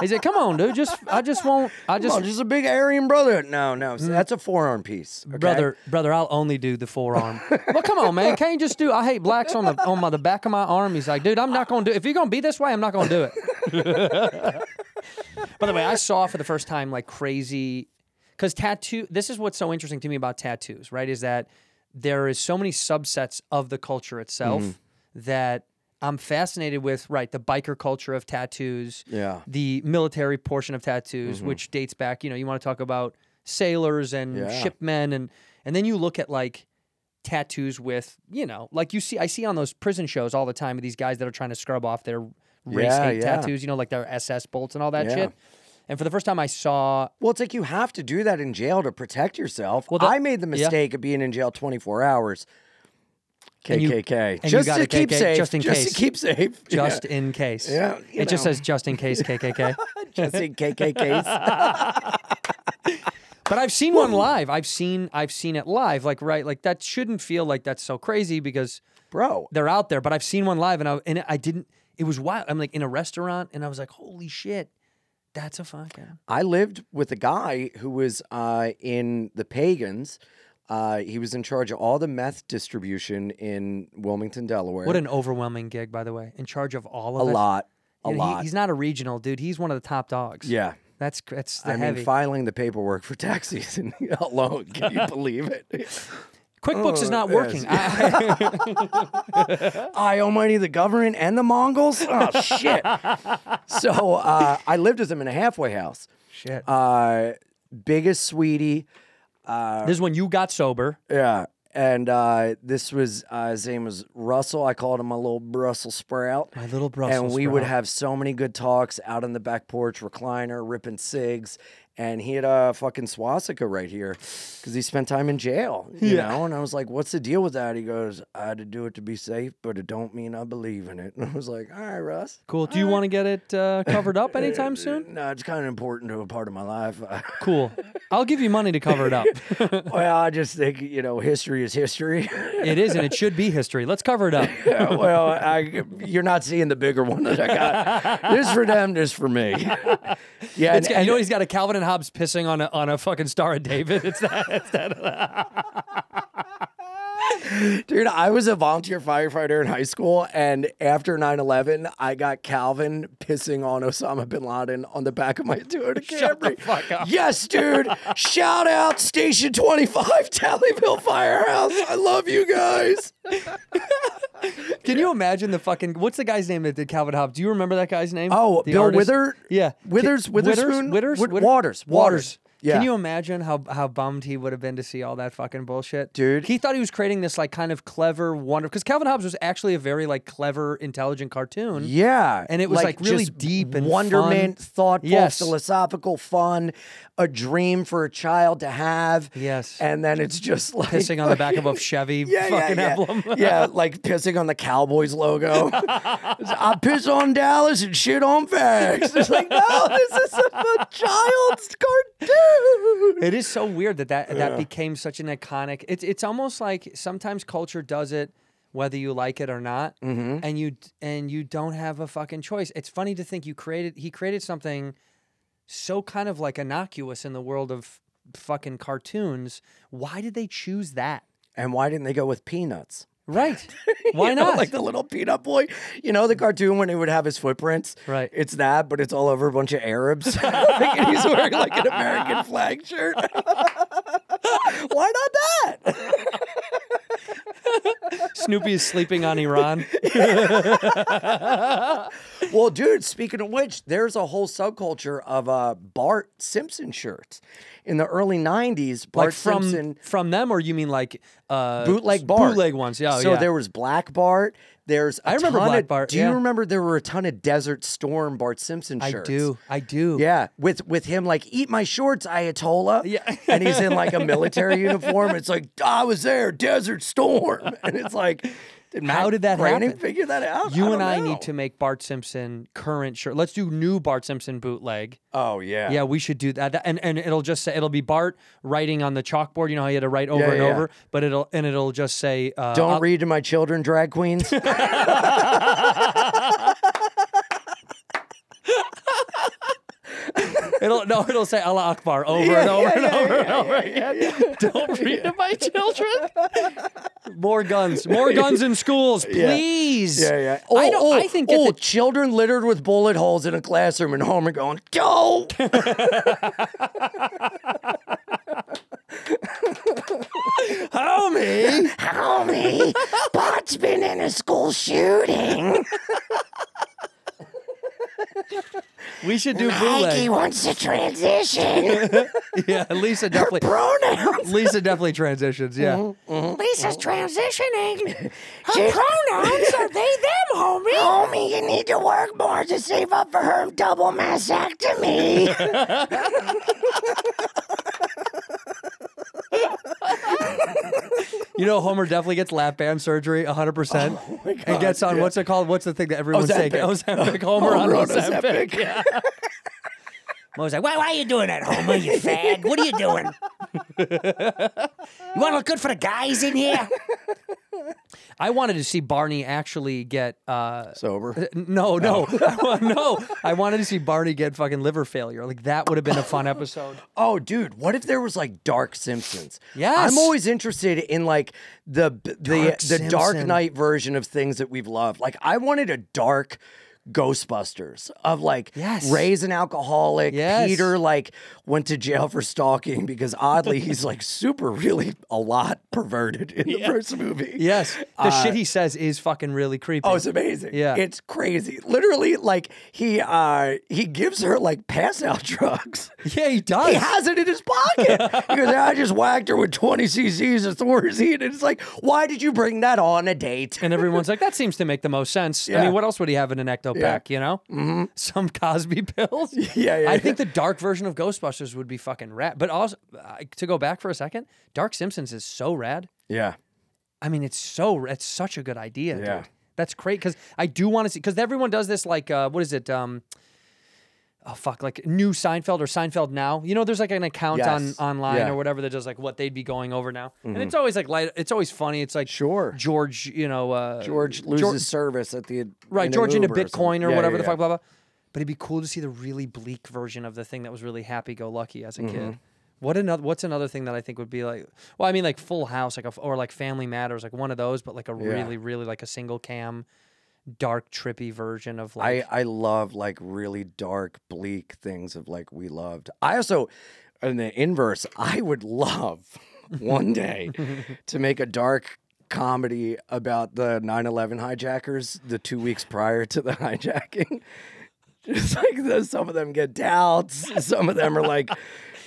S1: he's like, "Come on, dude, just I just won't, I
S9: Just,
S1: just."
S9: oh, just a big Aryan brother. No, no, that's a forearm piece, okay?
S1: Mm. Brother, brother, I'll only do the forearm. well, come on, man. Can't you just do? I hate blacks on the on my, the back of my arm. He's like, dude, I'm not gonna do. If you're gonna be this way, I'm not gonna do it. By the way, I saw for the first time like crazy because tattoo. This is what's so interesting to me about tattoos, right? Is that there is so many subsets of the culture itself
S9: Mm-hmm.
S1: that I'm fascinated with. Right, the biker culture of tattoos.
S9: Yeah.
S1: The military portion of
S9: Mm-hmm.
S1: tattoos, which dates back. You know, you want to talk about sailors and
S9: Yeah.
S1: shipmen, and and then you look at like tattoos with you know like you see i see on those prison shows all the time these guys that are trying to scrub off their race
S9: Yeah,
S1: hate
S9: yeah.
S1: tattoos you know like their ss bolts and all that
S9: Yeah.
S1: shit and for the first time i saw
S9: Well, it's like you have to do that in jail to protect yourself.
S1: Well, the-
S9: I made the
S1: yeah.
S9: mistake of being in jail 24 hours.
S1: And you-
S9: KKK.
S1: and you
S9: just
S1: got
S9: to
S1: a
S9: keep
S1: KK
S9: safe.
S1: just in
S9: just
S1: case.
S9: to keep safe.
S1: just in case
S9: Yeah,
S1: it
S9: you
S1: just
S9: know.
S1: says just in case kkk
S9: yeah. just in KKKs.
S1: but i've seen one live i've seen i've seen it live like right like that shouldn't feel like that's so crazy because
S9: Bro,
S1: they're out there but i've seen one live and i and i didn't it was wild i'm like in a restaurant and i was like holy shit that's a fucking
S9: I lived with a guy who was uh, in the Pagans. Uh, he was in charge of all the meth distribution in Wilmington, Delaware.
S1: what an overwhelming gig by the way in charge of all
S9: a
S1: of it.
S9: lot. A
S1: You know, he-
S9: lot.
S1: he's not a regional dude. He's one of the top dogs.
S9: yeah.
S1: that's cr- that's the
S9: I
S1: heavy.
S9: mean, filing the paperwork for tax season alone. Can you believe it?
S1: QuickBooks is not
S9: oh, yes.
S1: working. I-
S9: I almighty the government and the Mongols? Oh shit. so uh, I lived with him in a halfway house.
S1: shit.
S9: Uh, biggest sweetie.
S1: this is when you got sober.
S9: Yeah. And uh, this was uh, his name was Russell. I called him my little Brussels sprout.
S1: My little Brussels
S9: And we would
S1: sprout.
S9: have so many good talks out on the back porch, recliner, ripping cigs. And he had a fucking swastika right here because he spent time in jail. You
S1: Yeah.
S9: know? And I was like, what's the deal with that? He goes, I had to do it to be safe, but it don't mean I believe in it. And I was like, all right, Russ.
S1: Cool. Do you want to get it uh, covered up anytime soon?
S9: No, it's kind of important to a part of my life.
S1: Cool. I'll give you money to cover it up.
S9: well, I just think, you know, history is history.
S1: it is, and it should be history. Let's cover it up.
S9: Yeah, well, I, you're not seeing the bigger one that I got. this for them, this for me. Yeah, and,
S1: It's got- you know he's got a Calvin and Hobbes pissing on a on a fucking Star of David. It's that. It's that.
S9: and- dude, I was a volunteer firefighter in high school, and after 9/11, I got Calvin pissing on Osama bin Laden on the back of my Toyota Camry.
S1: Shut the fuck up.
S9: Yes, dude. Shout out Station 25, Tallyville Firehouse. I love you guys.
S1: Can you imagine the fucking? What's the guy's name that did Calvin Hobbes? Do you remember that guy's name?
S9: Oh,
S1: The
S9: Bill
S1: artist?
S9: Wither-
S1: Yeah,
S9: Withers-
S1: Ki-
S9: Witherspoon?
S1: Withers,
S9: Wit-
S1: Wit-
S9: Waters, Waters. Yeah.
S1: Can you imagine how how bummed he would have been to see all that fucking bullshit,
S9: Dude.
S1: He thought he was creating this like kind of clever, wonderful because Calvin Hobbes was actually a very like clever, intelligent cartoon.
S9: Yeah,
S1: And it was, like, really
S9: just
S1: deep and fun.
S9: wonderment, thoughtful,
S1: Yes.
S9: philosophical fun, a dream for a child to have.
S1: Yes.
S9: and then it's just like
S1: pissing on the back of a Chevy
S9: yeah, yeah,
S1: fucking
S9: yeah.
S1: emblem.
S9: yeah, like pissing on the Cowboys logo. I piss on Dallas and shit on facts. It's like no, this is a, a child's cartoon.
S1: It is so weird that that, that became such an iconic. It's it's almost like sometimes culture does it whether you like it or not,
S9: Mm-hmm.
S1: and you d- and you don't have a fucking choice. It's funny to think you created he created something so kind of like innocuous in the world of fucking cartoons. Why did they choose that?
S9: And why didn't they go with peanuts?
S1: Right? Why
S9: You know,
S1: not?
S9: like the little peanut boy. You know the cartoon when it would have his footprints.
S1: Right.
S9: It's that, but it's all over a bunch of Arabs. Like, and he's wearing like an American flag shirt. Why not that?
S1: Snoopy is sleeping on Iran.
S9: well, dude. Speaking of which, there's a whole subculture of uh, Bart Simpson shirts in the early '90s. Bart
S1: like from
S9: Simpson
S1: from them, or you mean like uh,
S9: bootleg Bart.
S1: bootleg ones? Yeah.
S9: So
S1: yeah.
S9: there was Black Bart. There's I
S1: remember Black
S9: of,
S1: Bart,
S9: Do
S1: yeah.
S9: you remember there were a ton of Desert Storm Bart Simpson
S1: I
S9: shirts?
S1: do. I do.
S9: Yeah, with with him like eat my shorts, Ayatollah.
S1: Yeah.
S9: and he's in like a military uniform. It's like I was there, Desert Storm, and it's like, did
S1: How
S9: Matt
S1: did that
S9: Groening
S1: happen?
S9: Figure that out.
S1: You
S9: don't
S1: and I
S9: know.
S1: need to make Bart Simpson current shirt. Let's do new Bart Simpson bootleg.
S9: Oh
S1: Yeah,
S9: yeah.
S1: we should do that. That- And and it'll just say it'll be Bart writing on the chalkboard. You know how you had to write over
S9: Yeah,
S1: and
S9: yeah, yeah.
S1: over, but it'll and it'll just say uh,
S9: Don't
S1: I'll-
S9: read to my children, drag queens.
S1: It'll no, it'll say Allah Akbar over and over and over and over again. Don't read to my children. more guns, more guns in schools, please.
S9: Yeah, yeah.
S1: I don't. I think that
S9: oh,
S1: the
S9: children littered with bullet holes in a classroom and home are going, go. Homie. Homie. Bart's been in a school
S1: oh,
S9: shooting.
S1: we should do bootleg.
S9: wants to transition.
S1: Yeah, Lisa definitely.
S9: Pronouns.
S1: Lisa definitely transitions. Yeah.
S9: Lisa's transitioning. Her pronouns are they, them, homie. Homie, you need to work more to save up for her double mastectomy.
S1: You know, Homer definitely gets lap band surgery, 100%.
S9: Oh. Uh,
S1: and gets on, what's it called? What's the thing that everyone's
S9: Ozempic.
S1: taking? Ozempic. Oh, Homer on
S9: Homer on
S1: Ozempic. Yeah.
S5: Mo's like, why, why are you doing that, Homer, you fag? What are you doing? you want to look good for the guys in here?
S1: I wanted to see Barney actually get, uh,
S9: Sober.
S1: no, no, I wa- no. I wanted to see Barney get fucking liver failure. Like, that would have been a fun episode.
S9: Oh, dude, what if there was like Dark Simpsons?
S1: Yes.
S9: I'm always interested in like the the
S1: Dark
S9: the Dark
S1: Simpson.
S9: Knight version of things that we've loved. Like I wanted a dark Ghostbusters of like
S1: Yes.
S9: Ray's an alcoholic.
S1: Yes.
S9: Peter like went to jail for stalking because oddly he's like super really a lot perverted in the first movie.
S1: Yes. The shit he says is fucking really creepy.
S9: Oh, it's amazing.
S1: Yeah.
S9: It's crazy. Literally, like he uh he gives her like pass out drugs.
S1: yeah, he does.
S9: He has it in his pocket. he goes, I just whacked her with 20 cc's of Thorazine. And it's like, why did you bring that on a date?
S1: And everyone's like, that seems to make the most sense. I
S9: Yeah.
S1: mean, what else would he have in an ecto pack, you know? Mm-hmm. Some Cosby pills.
S9: Yeah, yeah,
S1: I think the dark version of Ghostbusters would be fucking rad. But also, uh, to go back for a second, Dark Simpsons is so rad.
S9: Yeah.
S1: I mean, it's so, it's such a good idea.
S9: Yeah.
S1: Dude. That's great. Cause I do want to see, cause everyone does this like, uh, what is it? Um, Oh fuck! Like new Seinfeld or Seinfeld now. You know, there's like an account on
S9: Yes.
S1: online
S9: Yeah. Mm-hmm.
S1: or whatever that does like what they'd be going over now, and it's always like light. It's always funny. It's like
S9: Sure.
S1: George, you know, uh,
S9: George loses service at the
S1: right
S9: in an
S1: george into
S9: Uber something.
S1: bitcoin or
S9: Yeah,
S1: whatever
S9: yeah,
S1: the fuck
S9: yeah.
S1: blah blah but it'd be cool to see the really bleak version of the thing that was really happy-go-lucky as a
S9: Mm-hmm.
S1: kid what another what's another thing that i think would be like well i mean like full house like a, f- or like family matters like one of those but like a really really like a single cam dark trippy version of like
S9: I, I love like really dark, bleak things of like we loved. I also, in the inverse, I would love one day to make a dark comedy about the 9 11 hijackers the two weeks prior to the hijacking. Just like the, some of them get doubts, some of them are like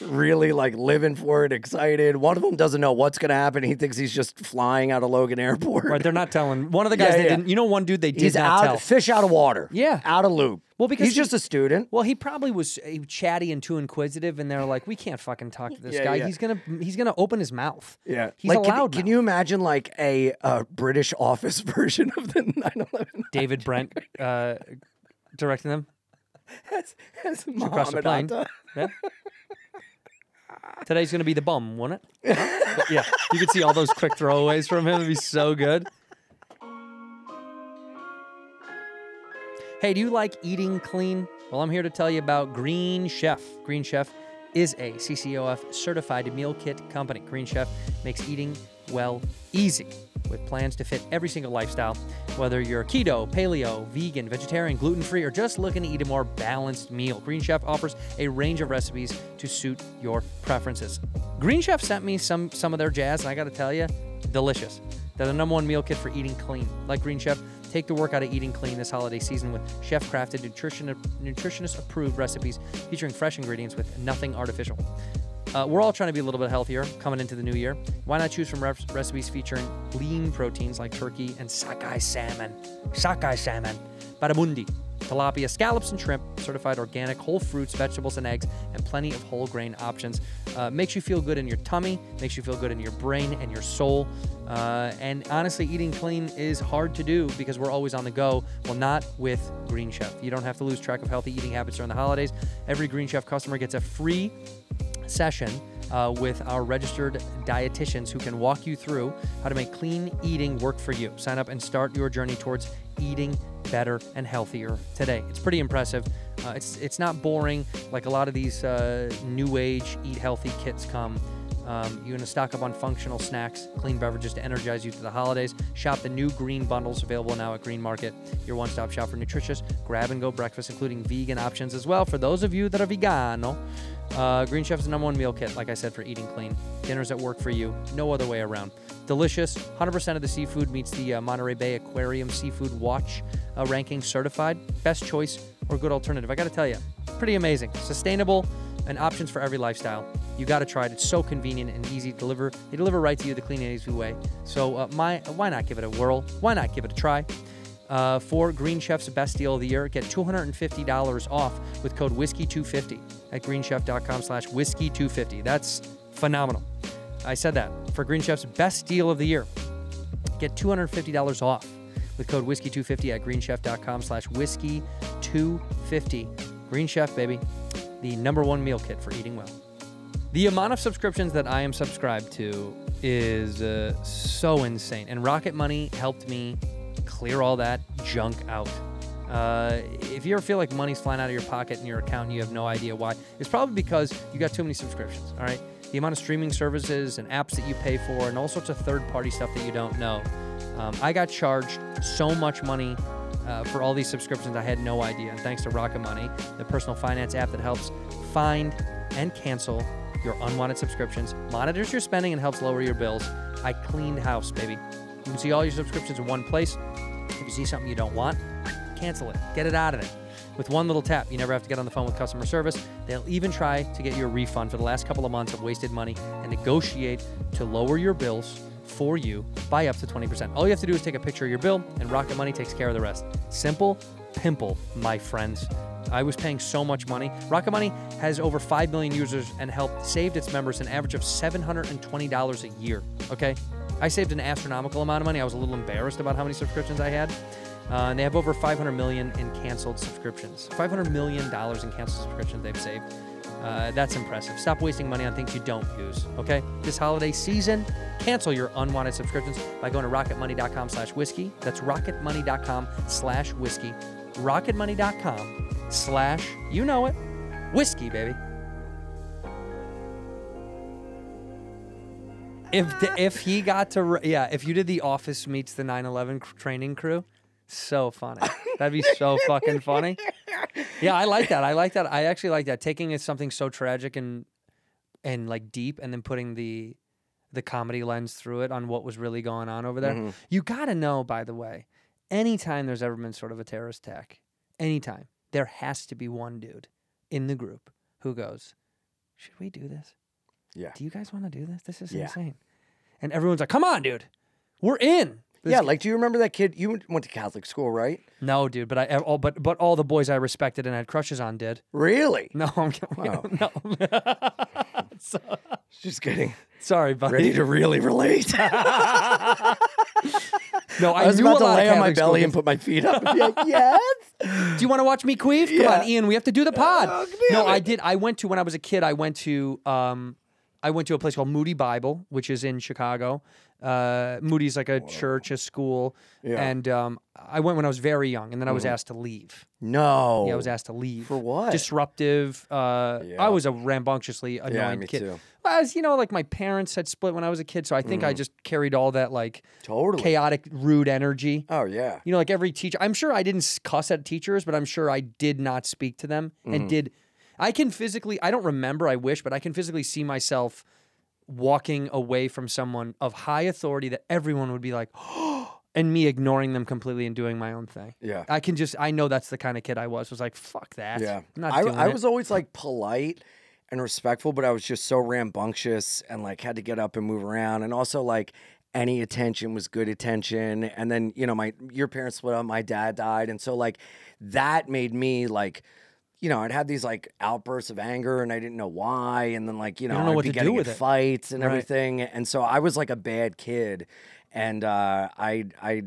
S9: really like living for it, excited. One of them doesn't know what's going to happen. He thinks he's just flying out of Logan Airport.
S1: Right, they're not telling. One of the guys
S9: Yeah,
S1: they
S9: yeah.
S1: didn't. You know, one dude they did
S9: he's
S1: not
S9: out,
S1: tell.
S9: fish out of water.
S1: Yeah.
S9: out of loop.
S1: Well, because
S9: he's
S1: he-
S9: just a student.
S1: well, he probably was uh, chatty and too inquisitive, and they're like, "We can't fucking talk to this
S9: Yeah,
S1: guy.
S9: yeah.
S1: He's gonna he's gonna open his mouth.
S9: Yeah,
S1: he's
S9: like,
S1: a
S9: can-
S1: loud.
S9: Can, you imagine like a uh, British office version of the 9/11
S1: David Brent uh, directing them
S9: as, as
S1: across the
S9: Mohammed
S1: plane.
S9: Atta?
S1: Yeah. Today's gonna be the bum, won't it? But yeah, you could see all those quick throwaways from him. It'd be so good. Hey, do you like eating clean? Well, I'm here to tell you about Green Chef. Green Chef is a CCOF certified meal kit company. Green Chef makes eating well easy with plans to fit every single lifestyle, whether you're keto, paleo, vegan, vegetarian, gluten free, or just looking to eat a more balanced meal. Green Chef offers a range of recipes to suit your preferences. Green Chef sent me some, some of their jazz, and I gotta tell you, delicious. They're the number one meal kit for eating clean. Like Green Chef, take the work out of eating clean this holiday season with chef crafted, nutrition, nutritionist approved recipes featuring fresh ingredients with nothing artificial. Uh, we're all trying to be a little bit healthier coming into the new year. Why not choose from ref- recipes featuring lean proteins like turkey and sockeye salmon? Sockeye salmon. Baramundi tilapia, scallops, and shrimp, certified organic, whole fruits, vegetables, and eggs, and plenty of whole grain options. Uh, makes you feel good in your tummy, makes you feel good in your brain and your soul. Uh, and honestly, eating clean is hard to do because we're always on the go. Well, not with Green Chef. You don't have to lose track of healthy eating habits during the holidays. Every Green Chef customer gets a free session uh, with our registered dietitians who can walk you through how to make clean eating work for you. Sign up and start your journey towards eating better and healthier today. It's pretty impressive. Uh, it's it's not boring like a lot of these uh, new age eat healthy kits come. Um, you're going to stock up on functional snacks, clean beverages to energize you through the holidays. Shop the new green bundles available now at Green Market, your one stop shop for nutritious grab and go breakfast, including vegan options as well. For those of you that are vegano, uh, Green Chef is the number one meal kit, like I said, for eating clean. Dinners that work for you, no other way around. Delicious, 100% of the seafood meets the uh, Monterey Bay Aquarium Seafood Watch uh, ranking certified. Best choice or good alternative. I got to tell you, pretty amazing. Sustainable and options for every lifestyle. You got to try it. It's so convenient and easy to deliver. They deliver right to you the clean and easy way. So uh, my, why not give it a whirl? Why not give it a try? Uh, for Green Chef's best deal of the year, get $250 off with code whiskey250 at greenchef.com slash whiskey250. That's phenomenal. I said that. For Green Chef's best deal of the year, get $250 off with code whiskey250 at greenchef.com slash whiskey250 green chef baby the number one meal kit for eating well the amount of subscriptions that i am subscribed to is uh, so insane and rocket money helped me clear all that junk out uh, if you ever feel like money's flying out of your pocket in your account and you have no idea why it's probably because you got too many subscriptions all right the amount of streaming services and apps that you pay for and all sorts of third-party stuff that you don't know um, I got charged so much money uh, for all these subscriptions, I had no idea. And thanks to Rocket Money, the personal finance app that helps find and cancel your unwanted subscriptions, monitors your spending, and helps lower your bills. I cleaned house, baby. You can see all your subscriptions in one place. If you see something you don't want, cancel it, get it out of there. With one little tap, you never have to get on the phone with customer service. They'll even try to get you a refund for the last couple of months of wasted money and negotiate to lower your bills for you by up to 20%. All you have to do is take a picture of your bill, and Rocket Money takes care of the rest. Simple pimple, my friends. I was paying so much money. Rocket Money has over 5 million users and helped saved its members an average of $720 a year. Okay? I saved an astronomical amount of money. I was a little embarrassed about how many subscriptions I had. Uh, and they have over 500 million in canceled subscriptions. 500 million dollars in canceled subscriptions they've saved. Uh, that's impressive. Stop wasting money on things you don't use. Okay, this holiday season, cancel your unwanted subscriptions by going to RocketMoney.com/whiskey. That's RocketMoney.com/whiskey. RocketMoney.com/slash you know it whiskey baby. If the, if he got to r- yeah, if you did the Office meets the 9/11 cr- training crew, so funny. That'd be so fucking funny. Yeah, I like that. I like that. I actually like that. Taking it something so tragic and and like deep, and then putting the the comedy lens through it on what was really going on over
S9: Mm-hmm.
S1: there. You gotta know, by the way, anytime there's ever been sort of a terrorist attack, anytime there has to be one dude in the group who goes, should we do this?
S9: Yeah.
S1: Do you guys want to do this? This is
S9: Yeah.
S1: insane. And everyone's like, come on, dude. We're in. This-
S9: yeah, like do you remember that kid? You went- went to Catholic school, right?
S1: No, dude, but I all but but all the boys I respected and had crushes on did.
S9: Really?
S1: No, I'm kidding. No.
S9: Just kidding.
S1: Sorry, buddy.
S9: Ready to really relate.
S1: No, I,
S9: I was
S1: knew
S9: about
S1: a
S9: to
S1: lot of
S9: lay on my
S1: Catholic school
S9: belly and
S1: kids.
S9: put my feet up and be like, yes.
S1: Do you want to watch me queef? Come
S9: Yeah. Oh,
S1: on, Ian. We have to do the pod. no, I did. I went to when I was a kid. I went to um, I went to a place called Moody Bible, which is in Chicago. Uh, Moody's like a church, a school, and um, I went when I was very young, and then I
S9: Mm-hmm.
S1: was asked to leave.
S9: No.
S1: Yeah, I was asked to leave
S9: For what?
S1: Disruptive. Uh, I was a rambunctiously annoying
S9: me
S1: kid.
S9: too. Mm.
S1: Well, as you know, like my parents had split when I was a kid, so I think I just carried all that like
S9: Totally.
S1: chaotic, rude energy.
S9: Oh yeah.
S1: You know, like every teacher, I'm sure I didn't s- cuss at teachers, but I'm sure I did not speak to them
S9: Mm.
S1: and did. I can physically, I don't remember, I wish, but I can physically see myself walking away from someone of high authority that everyone would be like, and me ignoring them completely and doing my own thing.
S9: Yeah.
S1: I can just, I know that's the kind of kid I was. Was like, fuck that.
S9: Yeah.
S1: I'm not
S9: I,
S1: doing
S9: I
S1: it.
S9: was always like polite and respectful, but I was just so rambunctious and like had to get up and move around. And also like any attention was good attention. And then, you know, my your parents split up, my dad died. And so like that made me like you know, I'd had these like outbursts of anger and I didn't know why. And then like, you know,
S1: don't know
S9: I'd
S1: what
S9: be
S1: to do
S9: getting in
S1: with it.
S9: fights and
S1: Right.
S9: everything. And so I was like a bad kid. And uh I I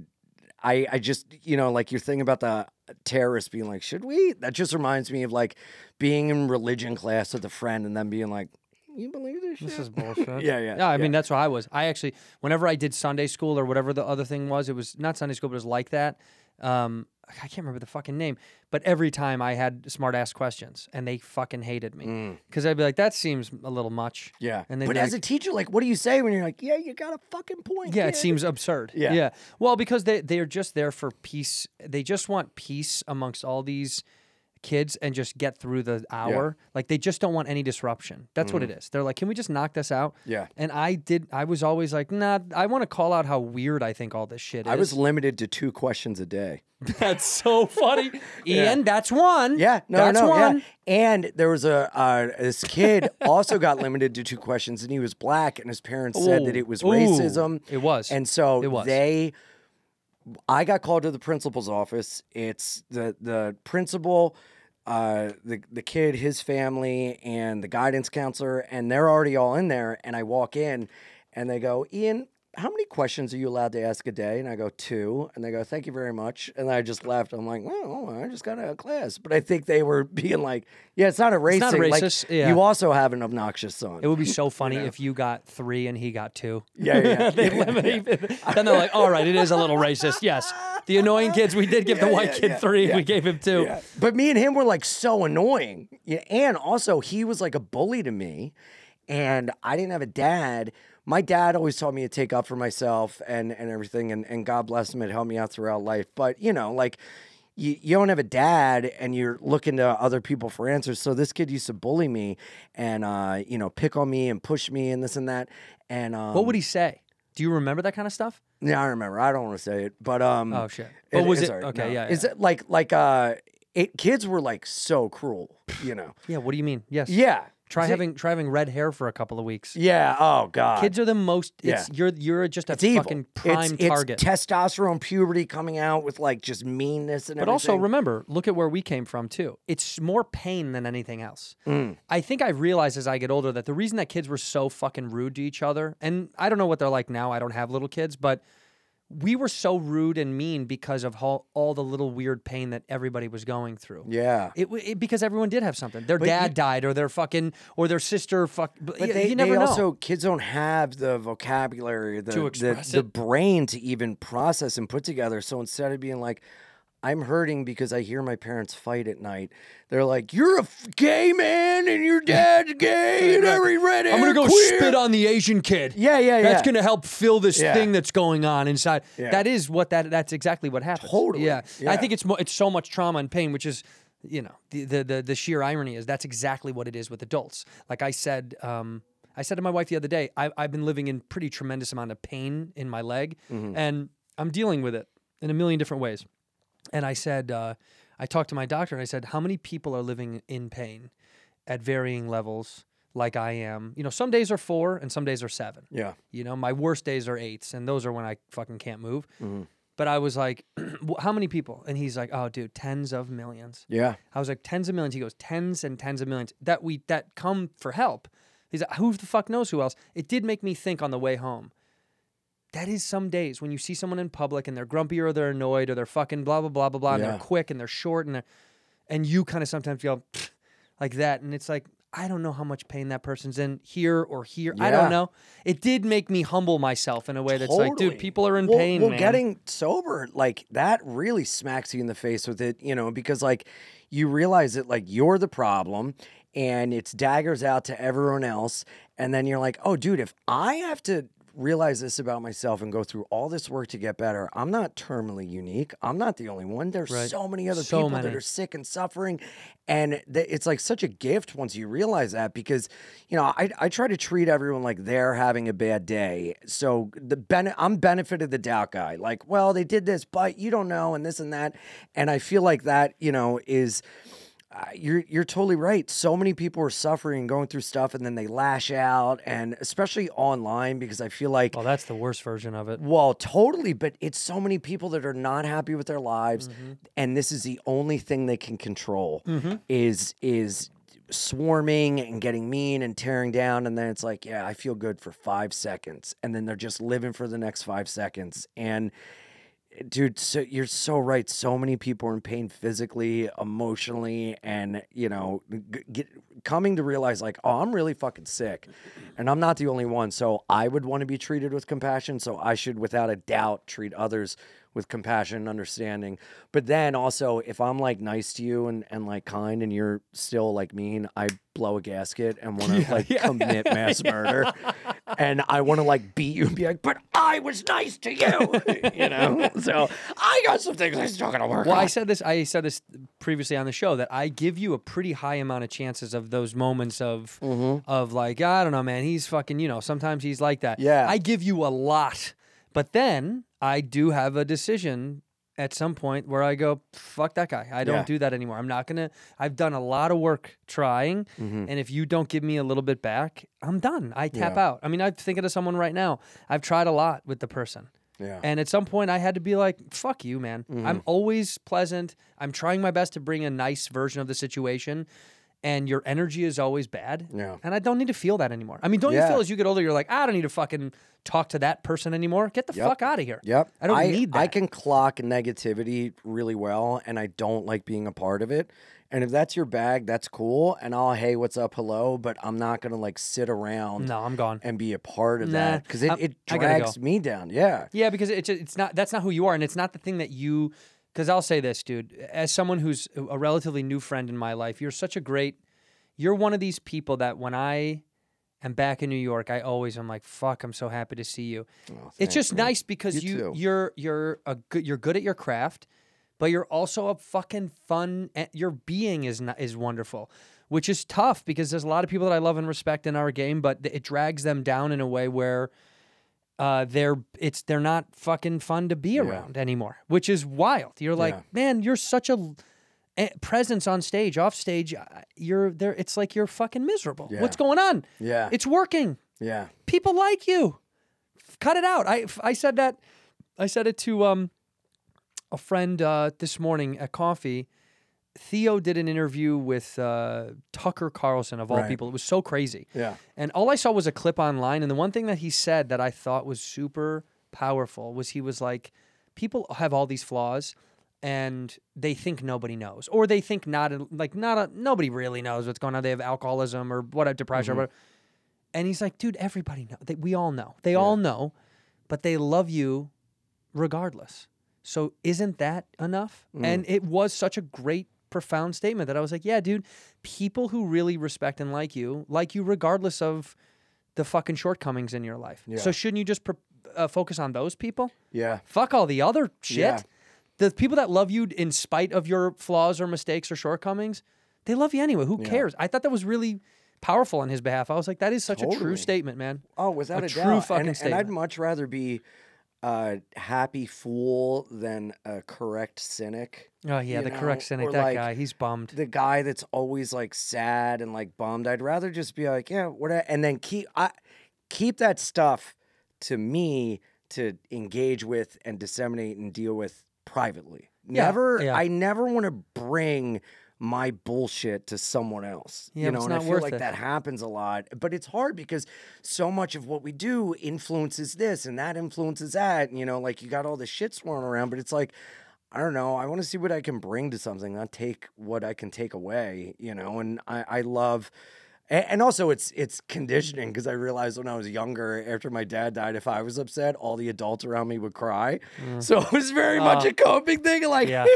S9: I, I just, you know, like your thing about the terrorists being like, should we? That just reminds me of like being in religion class with a friend and them being like, you believe this shit?
S1: This is bullshit.
S9: Yeah, yeah,
S1: I mean,
S9: yeah.
S1: that's what I was. I actually, whenever I did Sunday school or whatever the other thing was, it was not Sunday school, but it was like that. Um, I can't remember the fucking name, but every time I had smart ass questions and they fucking hated me because I'd be like, that seems a little much.
S9: Mm. yeah.
S1: And they'd
S9: but
S1: be
S9: as a
S1: like,
S9: teacher, like, what do you say when you're like, yeah, you got a fucking point?
S1: yeah, it
S9: kid."
S1: seems absurd.
S9: Yeah.
S1: Yeah. Well, because they, they're just there for peace. They just want peace amongst all these kids and just get through the hour. Like they just don't want any disruption. That's what it is. They're like, can we just knock this out?
S9: Mm-hmm. Yeah.
S1: And I did. I was always like, nah. I want to call out how weird I think all this shit is.
S9: I was limited to two questions a day.
S1: That's so funny, Ian. That's one.
S9: Yeah, no,
S1: that's
S9: no,
S1: one.
S9: yeah. And there was a uh, this kid also got limited to two questions, and he was black, and his parents said that
S1: Ooh,
S9: it was
S1: Oh, ooh,
S9: racism.
S1: it was,
S9: and so
S1: it was.
S9: they. I got called to the principal's office. It's the the principal, uh, the the kid, his family, and the guidance counselor, and they're already all in there. And I walk in, and they go, Ian. How many questions are you allowed to ask a day? And I go two, and they go, "Thank you very much." And I just left. I'm like, "Well, I just got out of class," but I think they were being like, "Yeah, it's not a
S1: not
S9: racist.
S1: racist,
S9: Like,
S1: yeah.
S9: You also have an obnoxious son.
S1: It would be so funny if you got three and he got two.
S9: yeah, yeah, yeah.
S1: They eliminate- then they're like, all right, it is a little racist. Yes. The annoying kids, we did give the white kid three. We gave him two.
S9: Yeah. But me and him were like so annoying. Yeah, and also he was like a bully to me, and I didn't have a dad. My dad always taught me to take up for myself and and everything, and and God bless him, it helped me out throughout life. But you know, like. You, you don't have a dad and you're looking to other people for answers. So this kid used to bully me and, uh, you know, pick on me and push me and this and that. And um,
S1: What would he say? Do you remember that kind of stuff?
S9: yeah, I remember. I don't want to say it, but um.
S1: Oh, shit. But was
S9: it's
S1: it-
S9: all
S1: okay, yeah,
S9: Is
S1: yeah.
S9: it like like uh? It kids were like so cruel, you know.
S1: Yeah. What do you mean? Yes.
S9: Yeah.
S1: Try
S9: Is it-
S1: having try having red hair for a couple of weeks.
S9: Yeah. Oh god.
S1: Kids are the most. It's
S9: Yeah.
S1: you're you're just a
S9: it's evil.
S1: fucking
S9: It's-
S1: prime
S9: it's
S1: target.
S9: testosterone puberty coming out with like just meanness and
S1: but
S9: everything.
S1: also remember, look at where we came from too. It's more pain than anything else.
S9: Mm.
S1: I think I realized as I get older that the reason that kids were so fucking rude to each other, and I don't know what they're like now. I don't have little kids, but we were so rude and mean because of all, all the little weird pain that everybody was going through.
S9: Yeah.
S1: It, w- it because everyone did have something. Their
S9: you-
S1: dad died, or their fucking, or their sister fuck. But
S9: But
S1: you,
S9: they,
S1: you never
S9: they
S1: know.
S9: also kids don't have the vocabulary, the, the,
S1: express
S9: the
S1: it.
S9: brain to even process and put together. So instead of being like, I'm hurting because I hear my parents fight at night, they're like, You're a f- gay man and your dad's gay and every red
S1: I'm gonna
S9: hair
S1: go
S9: queer."
S1: spit on the Asian kid.
S9: Yeah, yeah,
S1: That's
S9: yeah.
S1: gonna help fill this
S9: Yeah.
S1: thing that's going on inside.
S9: Yeah.
S1: That is what that. That's exactly what happens.
S9: Totally.
S1: Yeah. I
S9: Yeah.
S1: think it's mo- it's so much trauma and pain, which is. You know the, the the the sheer irony is that's exactly what it is with adults. Like I said, um, I said to my wife the other day, I, I've been living in pretty tremendous amount of pain in my leg,
S9: Mm-hmm.
S1: and I'm dealing with it in a million different ways. And I said, uh, I talked to my doctor and I said, how many people are living in pain at varying levels? like I am. You know, some days are four and some days are seven.
S9: Yeah.
S1: You know, my worst days are eights, and those are when I fucking can't move. But I was like, "Wh- how many people? And he's like, oh, dude, tens of millions.
S9: Yeah.
S1: I was like, tens of millions. He goes, tens and tens of millions that we that come for help. He's like, who the fuck knows who else? It did make me think on the way home. That is some days when you see someone in public and they're grumpy or they're annoyed or they're fucking blah blah blah blah blah and
S9: Yeah.
S1: they're quick and they're short and they're, and you kind of sometimes go "Pfft," like that and it's like I don't know how much pain that person's in here or here. I
S9: Yeah.
S1: don't know. It did make me humble myself in a way that's like, dude,
S9: Totally.
S1: people are in
S9: well,
S1: pain.
S9: Well,
S1: man.
S9: getting sober, like that really smacks you in the face with it, you know, because like you realize that like you're the problem and it's daggers out to everyone else. And then you're like, oh, dude, if I have to realize this about myself and go through all this work to get better, I'm not terminally unique. I'm not the only one. There's
S1: Right.
S9: so many other
S1: So
S9: people that
S1: many.
S9: are sick and suffering. And th- it's like such a gift once you realize that because, you know, I, I try to treat everyone like they're having a bad day. So the ben- I'm benefit of the doubt guy. Like, well, they did this, but you don't know, and this and that. And I feel like that, you know, is. Uh, you're you're totally right. So many people are suffering and going through stuff, and then they lash out, and especially online because I feel like
S1: Oh, that's the worst version of it.
S9: well, totally, but it's so many people that are not happy with their lives, and this is the only thing they can control is is swarming and getting mean and tearing down, and then it's like, yeah, I feel good for five seconds, and then they're just living for the next five seconds, and dude, so you're so right. So many people are in pain physically, emotionally, and you know, g- get, coming to realize like, oh, I'm really fucking sick, and I'm not the only one. So I would want to be treated with compassion. So I should, without a doubt, treat others with compassion and understanding. But then also, if I'm like nice to you and and like kind, and you're still like mean, I blow a gasket and want to like commit mass murder, and I want to like beat you and be like, but I was nice to you, you know. So I got some things I'm still gonna work
S1: Well, I
S9: on.
S1: said this. I said this previously on the show that I give you a pretty high amount of chances of those moments of
S9: Mm-hmm.
S1: of like I don't know, man. He's fucking. You know, sometimes he's like that.
S9: Yeah.
S1: I give you a lot, but then I do have a decision at some point where I go, fuck that guy. I don't
S9: Yeah.
S1: do that anymore. I'm not gonna. I've done a lot of work trying,
S9: Mm-hmm.
S1: and if you don't give me a little bit back, I'm done. I tap out. I mean, I'm thinking of someone right now. I've tried a lot with the person.
S9: Yeah. Mm-hmm.
S1: And at some point, I had to be like, fuck you, man. I'm always pleasant. I'm trying my best to bring a nice version of the situation. And your energy is always bad.
S9: Yeah.
S1: And I don't need to feel that anymore. I mean, don't you
S9: Yeah.
S1: feel as you get older, you're like, I don't need to fucking talk to that person anymore. Get the
S9: Yep.
S1: fuck out of here.
S9: Yep.
S1: I don't need that.
S9: I can clock negativity really well, and I don't like being a part of it. And if that's your bag, that's cool. And I'll hey, what's up, hello. But I'm not gonna like sit around
S1: No, I'm gone.
S9: and be a part of
S1: Nah,
S9: that because it,
S1: I'm-
S9: it
S1: I gotta
S9: drags
S1: go.
S9: me down. Yeah.
S1: Yeah, because it's it's not that's not who you are, and it's not the thing that you. Because I'll say this, dude, as someone who's a relatively new friend in my life, you're such a great. You're one of these people that when I am back in New York, I always am like, "Fuck, I'm so happy to see you." it's just nice because
S9: Oh, You
S1: you,
S9: too.
S1: you're you're a good you're good at your craft, but you're also a fucking fun. a- Your being is not, is wonderful, which is tough because there's a lot of people that I love and respect in our game, but it drags them down in a way where uh, they're it's they're not fucking fun to be around anymore, which is wild. You're like,
S9: Yeah.
S1: man, you're such a l- eh, presence on stage, off stage. uh, You're there. It's like you're fucking miserable. What's going on?
S9: Yeah.
S1: it's working.
S9: Yeah.
S1: People like you. Cut it out. I I said that. I said it to um a friend uh, this morning at coffee. Theo did an interview with uh, Tucker Carlson of all
S9: Right.
S1: people. It was so crazy.
S9: Yeah.
S1: And all I saw was a clip online. And the one thing that he said that I thought was super powerful was he was like, people have all these flaws and they think nobody knows, or they think not like not a, nobody really knows what's going on. They have alcoholism or what uh, depression or whatever. And he's like, dude, everybody know. They, we all know. They all know, but they love you regardless. So isn't that enough?
S9: Mm.
S1: And it was such a great profound statement that I was like, yeah, dude, people who really respect and like you, like you regardless of the fucking shortcomings in your life. So shouldn't you just pr- uh, focus on those people?
S9: Yeah.
S1: Fuck all the other shit.
S9: Yeah.
S1: The people that love you in spite of your flaws or mistakes or shortcomings, they love you anyway. Who cares? I thought that was really powerful on his behalf. I was like, that is such a true
S9: Totally.
S1: statement, man.
S9: Oh, without
S1: a
S9: a,
S1: true
S9: doubt.
S1: fucking
S9: and, and
S1: statement.
S9: I'd much rather be a happy fool than a correct cynic.
S1: Oh yeah,
S9: you
S1: the correct
S9: know,
S1: cynic.
S9: or
S1: That
S9: like
S1: guy, he's bummed.
S9: The guy that's always like sad and like bummed. I'd rather just be like, yeah, what? a-" And then keep I keep that stuff to me to engage with and disseminate and deal with privately.
S1: Yeah,
S9: Never.
S1: yeah.
S9: I never want to bring my bullshit to someone else.
S1: Yeah,
S9: you
S1: but
S9: know,
S1: it's
S9: and I
S1: not
S9: feel
S1: worth
S9: like
S1: it.
S9: that happens a lot. But it's hard because so much of what we do influences this and that influences that. You know, like you got all this shit swirling around, but it's like, I don't know. I want to see what I can bring to something, not take what I can take away, you know, and I, I love a- and also it's it's conditioning because I realized when I was younger, after my dad died, if I was upset, all the adults around me would cry. So it was very much a coping thing, like
S1: Yeah.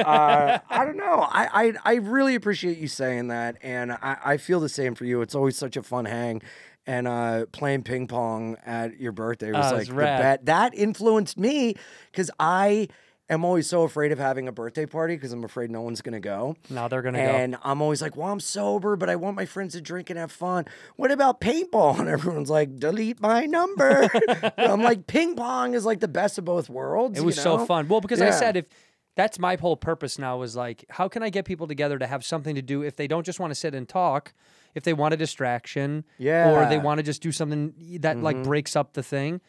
S9: uh, I don't know. I, I I really appreciate you saying that, and I, I feel the same for you. It's always such a fun hang, and uh, playing ping pong at your birthday was
S1: Oh,
S9: like
S1: it's
S9: the
S1: rad.
S9: bet that influenced me because I am always so afraid of having a birthday party because I'm afraid no one's gonna go.
S1: Now they're gonna go.
S9: And I'm always like, well, I'm sober, but I want my friends to drink and have fun. What about paintball? And everyone's like, delete my number. But I'm like, ping pong is like the best of both worlds.
S1: It
S9: you
S1: was so
S9: know?
S1: fun. Well, because I
S9: Yeah.
S1: said if that's my whole purpose now was like, how can I get people together to have something to do if they don't just want to sit and talk, if they want a distraction, or they
S9: Yeah. Mm-hmm.
S1: want to just do something that like breaks up the thing.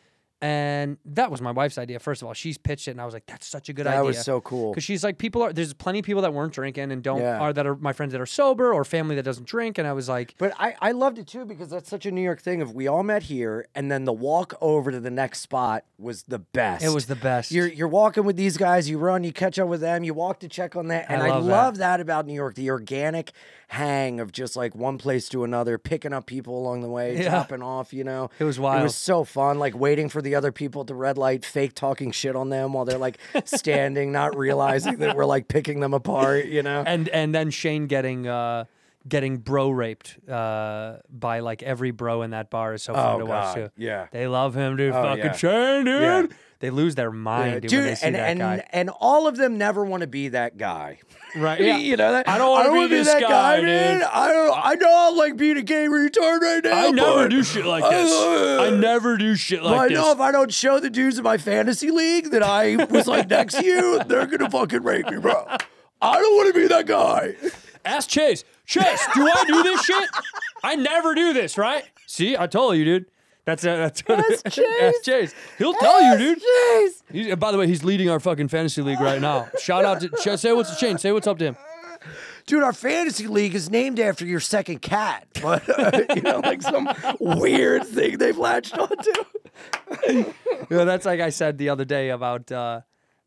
S1: And that was my wife's idea. First of all, she's pitched it, and I was like, "That's such a good idea."
S9: That was so cool.
S1: Because she's like, people are there's plenty of people that weren't drinking and don't
S9: Yeah.
S1: are that are my friends that are sober or family that doesn't drink, and I was like,
S9: But I, I loved it too because that's such a New York thing of we all met here and then the walk over to the next spot was the best.
S1: "It was the best."
S9: You're you're walking with these guys, you run, you catch up with them, you walk to check on that. And I,
S1: love
S9: love,
S1: that.
S9: that. about New York, the organic hang of just like one place to another, picking up people along the way,
S1: Yeah.
S9: dropping off, you know.
S1: It was
S9: It
S1: wild.
S9: was so fun, like waiting for the other people at the red light, fake talking shit on them while they're like standing, not realizing that we're like picking them apart, you know.
S1: and and then Shane getting uh getting bro raped uh by like every bro in that bar is so fun
S9: Oh,
S1: to watch
S9: God,
S1: too.
S9: yeah.
S1: They love him, dude.
S9: Oh,
S1: Fucking
S9: yeah.
S1: Shane, dude.
S9: Yeah.
S1: They lose their mind,
S9: Yeah,
S1: dude, when they see
S9: and
S1: that
S9: and
S1: guy.
S9: and all of them never want to be that guy.
S1: Right.
S9: you know that
S1: I don't wanna be
S9: wanna
S1: this guy, dude.
S9: I don't. I know I like being a gay retard right now.
S1: I never
S9: but
S1: do shit like
S9: Oh, I-
S1: this. I never do shit
S9: but I
S1: like
S9: know
S1: this.
S9: if I don't show the dudes in my fantasy league that I was like next to you, they're gonna fucking rape me, bro. I don't want to be that guy.
S1: Ask Chase. Chase, do I do this shit? I never do this, right? See, I told you, dude. That's uh, that's
S9: Ask
S1: Ask
S9: Chase.
S1: Chase. He'll tell you, dude.
S9: Jeez.
S1: He's, and by the way, he's leading our fucking fantasy league right now. Shout out to Ch- say what's to Shane. Say what's up to him.
S9: Dude, our fantasy league is named after your second cat, but uh, you know, like some weird thing they've latched onto.
S1: you know, that's like I said the other day about uh,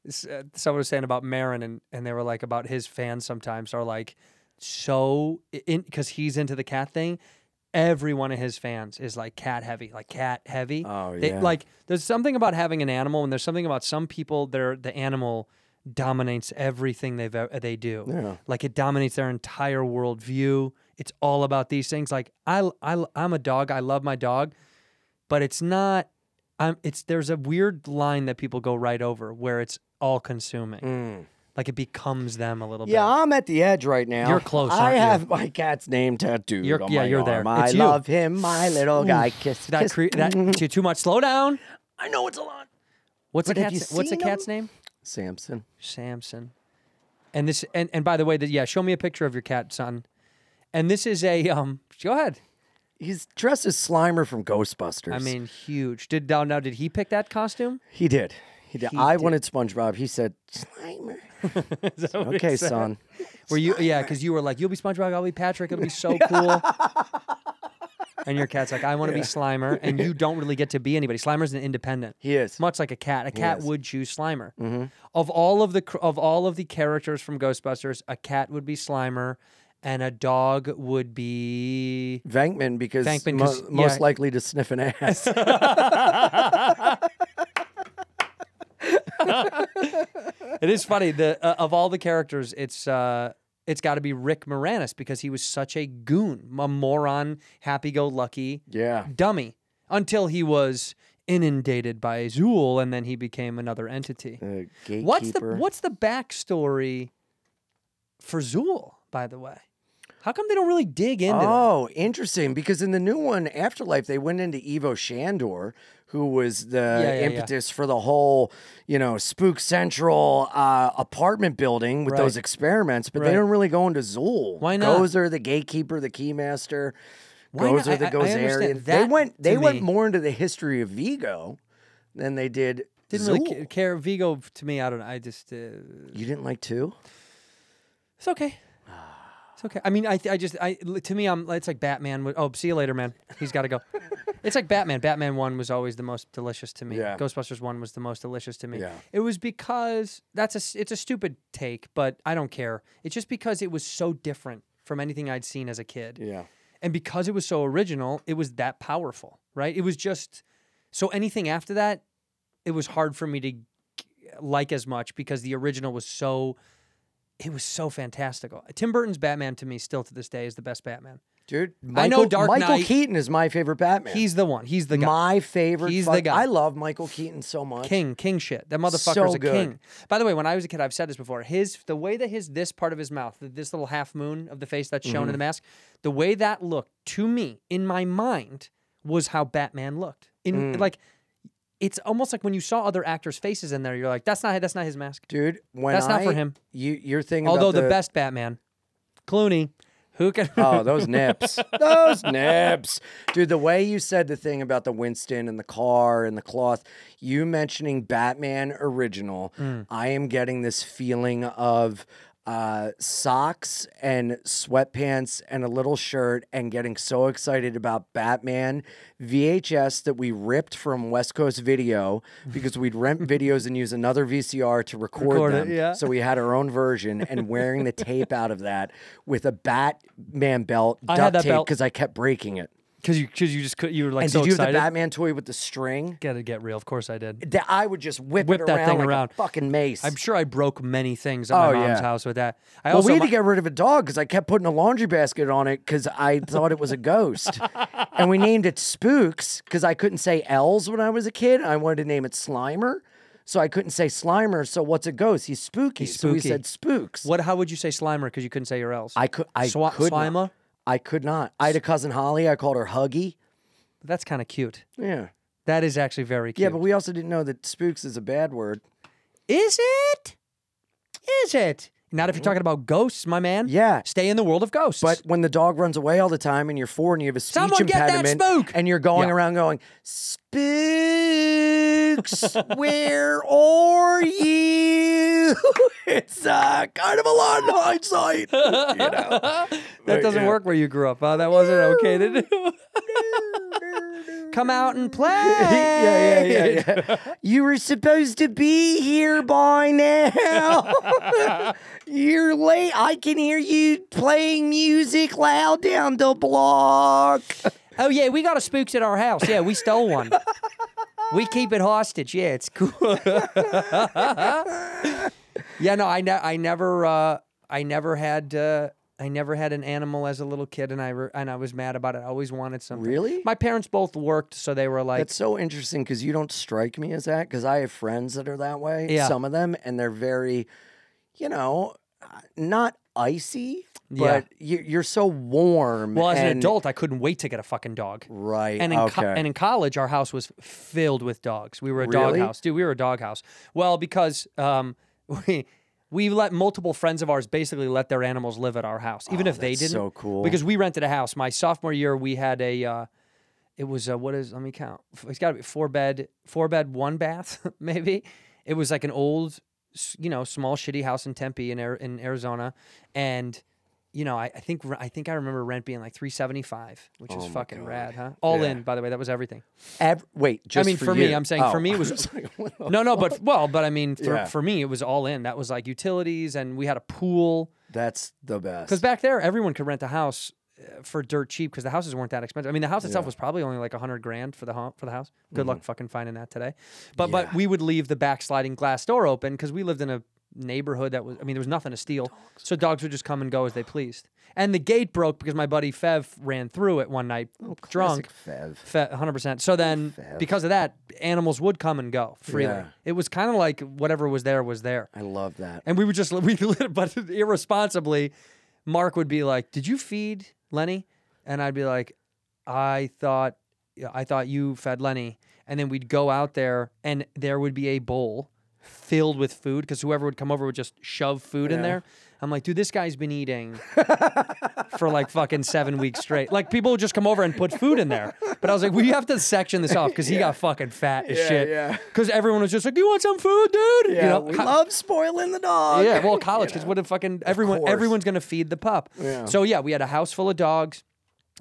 S1: s- uh, someone was saying about Marin, and, and they were like about his fans sometimes are like so in because he's into the cat thing. Every one of his fans is like cat heavy, like cat heavy.
S9: Oh,
S1: They-
S9: yeah.
S1: Like there's something about having an animal, and there's something about some people. Their the animal dominates everything they've ev- they do.
S9: Yeah.
S1: Like it dominates their entire worldview. It's all about these things. Like I, I I'm a dog. I love my dog but it's not I'm it's there's a weird line that people go right over where it's all consuming. Like it becomes them a little
S9: Mm. Yeah,
S1: bit.
S9: I'm at the edge right now.
S1: You're close,
S9: I
S1: aren't you?
S9: have my cat's name tattooed.
S1: You're-
S9: on
S1: yeah,
S9: my
S1: you're there.
S9: arm. I
S1: It's you.
S9: love him, my little guy. Kiss
S1: That,
S9: kiss.
S1: cre- that too, too much. Slow down.
S9: I know it's a lot.
S1: What's
S9: But
S1: a
S9: have you
S1: cat's what's a
S9: seen
S1: cat's name?
S9: Samson.
S1: Samson. And this and, and by the way, that yeah, show me a picture of your cat, son. And this is a um go ahead.
S9: He's dressed as Slimer from Ghostbusters.
S1: I mean huge. Did now now did he pick that costume?
S9: he did. He did.
S1: He
S9: I
S1: did.
S9: wanted SpongeBob. He said Slimer. okay, son.
S1: Were you yeah, because you were like, You'll be SpongeBob, I'll be Patrick, it'll be so cool. and your cat's like, I want to be Slimer, and you don't really get to be anybody. Slimer's an independent.
S9: He is. Mm-hmm.
S1: much like a cat. A cat
S9: Yes.
S1: would choose Slimer. Of all of the cr- of all of the characters from Ghostbusters, a cat would be Slimer, and a dog would be.
S9: Venkman because
S1: Venkman,
S9: mo-
S1: 'cause-
S9: most
S1: yeah.
S9: likely to sniff an ass.
S1: It is funny. The uh, of all the characters, it's uh, it's got to be Rick Moranis because he was such a goon, a moron, happy-go-lucky
S9: yeah.
S1: dummy until he was inundated by Zool, and then he became another entity.
S9: The
S1: What's the
S9: gatekeeper.
S1: what's the backstory for Zool, by the way? How come they don't really dig into that?
S9: Oh, interesting. Because in the new one, Afterlife, they went into Evo Shandor, who was the
S1: yeah, yeah.
S9: impetus for the whole, you know, Spook Central uh, apartment building with
S1: Right.
S9: those experiments, but
S1: Right.
S9: they don't really go into Zool.
S1: Why not?
S9: Gozer, the gatekeeper, the keymaster.
S1: Why not?
S9: Gozer, the
S1: I- I- I understand
S9: Gozerian. They
S1: that
S9: went.
S1: to
S9: They went
S1: me-
S9: more into the history of Vigo than they did.
S1: Didn't really ca-
S9: Zool.
S1: care. Vigo to me, I don't know. I just uh,
S9: You didn't like two?
S1: it's okay. It's okay. I mean, I, th- I just, I l- to me, I'm. It's like Batman. With, oh, see you later, man. He's got to go. it's like Batman. Batman one was always the most delicious to me.
S9: Yeah.
S1: Ghostbusters one was the most delicious to me.
S9: Yeah.
S1: It was because that's a. s- It's a stupid take, but I don't care. It's just because it was so different from anything I'd seen as a kid.
S9: Yeah.
S1: And because it was so original, it was that powerful, right? It was just so anything after that, it was hard for me to g- like as much because the original was so it was so fantastical. Tim Burton's Batman to me still to this day is the best Batman.
S9: Dude, Michael,
S1: I know Dark
S9: Michael
S1: Knight-
S9: Keaton is my favorite Batman.
S1: He's the one. He's the guy.
S9: my favorite.
S1: He's
S9: fuck-
S1: the guy.
S9: I love Michael Keaton so much.
S1: King, king shit. That motherfucker's
S9: So
S1: a
S9: good.
S1: king. By the way, when I was a kid, I've said this before. His the way that his this part of his mouth, th- this little half moon of the face that's
S9: Mm-hmm.
S1: shown in the mask, the way that looked to me in my mind was how Batman looked.
S9: Mm.
S1: In like, it's almost like when you saw other actors' faces in there, you're like, that's not that's not his mask.
S9: Dude, when
S1: That's not for
S9: I-
S1: him.
S9: You, you're thinking.
S1: Although
S9: about
S1: the, best Batman, Clooney, who can?
S9: Oh, those nips. those nips. Dude, the way you said the thing about the Winston and the car and the cloth, you mentioning Batman original,
S1: Mm.
S9: I am getting this feeling of uh, socks and sweatpants and a little shirt and getting so excited about Batman VHS that we ripped from West Coast Video because we'd rent videos and use another VCR to record,
S1: Record it,
S9: them.
S1: yeah.
S9: So we had our own version and wearing the tape out of that with a Batman belt,
S1: I
S9: duct
S1: had that
S9: tape,
S1: belt.
S9: because I kept breaking it.
S1: Because you because you just could, you were like
S9: and
S1: so
S9: did you
S1: excited.
S9: have the Batman toy with the string?
S1: Gotta get real. Of course I did.
S9: That I would just whip,
S1: Whip
S9: it
S1: that
S9: around
S1: thing
S9: like a
S1: around.
S9: fucking mace.
S1: I'm sure I broke many things at my
S9: Oh,
S1: mom's
S9: yeah.
S1: house with that. I
S9: well,
S1: also
S9: we had
S1: my-
S9: to get rid of a dog because I kept putting a laundry basket on it because I thought it was a ghost. and we named it Spooks because I couldn't say L's when I was a kid. I wanted to name it Slimer. So I couldn't say Slimer. So what's a ghost? He's spooky.
S1: He's
S9: So we
S1: spooky.
S9: said Spooks.
S1: What? How would you say Slimer? Because you couldn't say your L's.
S9: I could. I
S1: Swa-
S9: could
S1: Slimer?
S9: Not. I could not. I had a cousin Holly. I called her Huggy.
S1: That's kind of cute.
S9: Yeah.
S1: That is actually very cute.
S9: Yeah, but we also didn't know that spooks is a bad word.
S1: is it? Is it? Not if you're talking about ghosts, my man.
S9: Yeah.
S1: Stay in the world of ghosts.
S9: But when the dog runs away all the time and you're four and you have a speech
S1: Someone get that
S9: impediment
S1: spook!
S9: and you're going
S1: Yeah.
S9: around going, Spooks, where are you? it's uh, kind of a lot in hindsight. you know.
S1: that doesn't
S9: uh, yeah.
S1: work where you grew up. Huh? That wasn't okay to do. Come out and play.
S9: yeah, yeah, yeah, yeah. you were supposed to be here by now. You're late. I can hear you playing music loud down the block.
S1: Oh yeah, we got a spooks at our house. Yeah, we stole one. we keep it hostage. Yeah, it's cool. yeah, no, I ne- I never uh, I never had uh, I never had an animal as a little kid, and I re- and I was mad about it. I always wanted something.
S9: Really?
S1: My parents both worked, so they were like,
S9: That's so interesting because you don't strike me as that because I have friends that are that way.
S1: Yeah.
S9: Some of them, and they're very, you know, uh, not icy,
S1: Yeah.
S9: but you, you're so warm.
S1: well, as an
S9: and-
S1: adult, I couldn't wait to get a fucking dog.
S9: Right.
S1: And in
S9: okay.
S1: co- and in college, our house was filled with dogs. We were a dog
S9: Really?
S1: house, dude. We were a dog house. Well, because um, we we let multiple friends of ours basically let their animals live at our house, even if they
S9: that's
S1: didn't.
S9: so cool.
S1: Because we rented a house. My sophomore year, we had a. Uh, it was uh, what is? Let me count. F- It's got to be four bed, four bed, one bath, maybe. It was like an old, s- you know, small shitty house in Tempe in Ar- in Arizona, and. You know, I, I think re- I think I remember rent being like three seventy five, which
S9: Oh
S1: is fucking rad, huh? All in, by the way, that was everything.
S9: Ev- wait, just
S1: mean,
S9: for,
S1: for me,
S9: you. Oh.
S1: I'm saying for me it
S9: I
S1: was-
S9: like, what the-
S1: No, no, but well, but I mean, for,
S9: Yeah.
S1: for me, it was all in. That was like utilities, and we had a pool.
S9: that's the best.
S1: Because back there, everyone could rent a house uh, for dirt cheap because the houses weren't that expensive. I mean, the house itself was probably only like a hundred grand for the home, for the house. Good luck fucking finding that today. But but we would leave the back sliding glass door open because we lived in a neighborhood that was. I mean, there was nothing to steal, so dogs would just come and go as they pleased. And the gate broke because my buddy Fev ran through it one night drunk.
S9: Fev.
S1: Fe- 100%. So then, because of that, animals would come and go freely.
S9: Yeah.
S1: It was kind of like whatever was there was there.
S9: I love that.
S1: And we would just, we, but irresponsibly, Mark would be like, Did you feed Lenny? And I'd be like, I thought, yeah, I thought you fed Lenny. And then we'd go out there, and there would be a bowl filled with food because whoever would come over would just shove food in there. I'm like, dude, this guy's been eating for like fucking seven weeks straight. Like people would just come over and put food in there. But I was like, we have to section this off because he got fucking fat as
S9: Yeah,
S1: shit.
S9: yeah.
S1: Because everyone was just like, you want some food, dude?
S9: Yeah,
S1: you know,
S9: we
S1: co-
S9: love spoiling the dog.
S1: yeah, well, college because what a fucking everyone
S9: course.
S1: everyone's gonna feed the pup.
S9: Yeah.
S1: So yeah, we had a house full of dogs,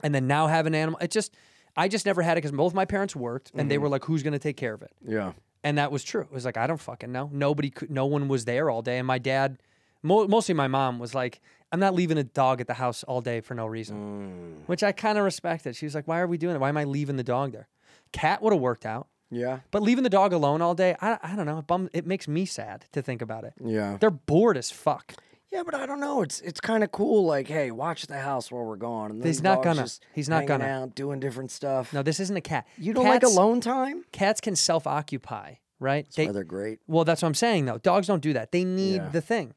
S1: and then now have an animal. It just I just never had it because both my parents worked, and
S9: Mm-hmm.
S1: they were like, "Who's gonna take care of it?"
S9: yeah.
S1: And that was true. It was like I don't fucking know. Nobody, could, no one was there all day, and my dad, mo- mostly my mom, was like, "I'm not leaving a dog at the house all day for no reason,"
S9: Mm.
S1: which I kind of respected. She was like, "Why are we doing it? Why am I leaving the dog there?" Cat would have worked out.
S9: Yeah.
S1: But leaving the dog alone all day, I, I don't know. It, bum, it makes me sad to think about it.
S9: Yeah.
S1: They're bored as fuck.
S9: Yeah, but I don't know. It's it's kind of cool. Like, hey, watch the house while we're gone. And then
S1: He's
S9: the
S1: not
S9: dog's
S1: gonna.
S9: just
S1: He's not
S9: hanging
S1: gonna.
S9: Out doing different stuff.
S1: No, this isn't a cat.
S9: you don't like
S1: Cats-
S9: alone time.
S1: Cats can self-occupy, right? They-
S9: Why they're great.
S1: well, that's what I'm saying though. Dogs don't do that. They need
S9: Yeah.
S1: the thing,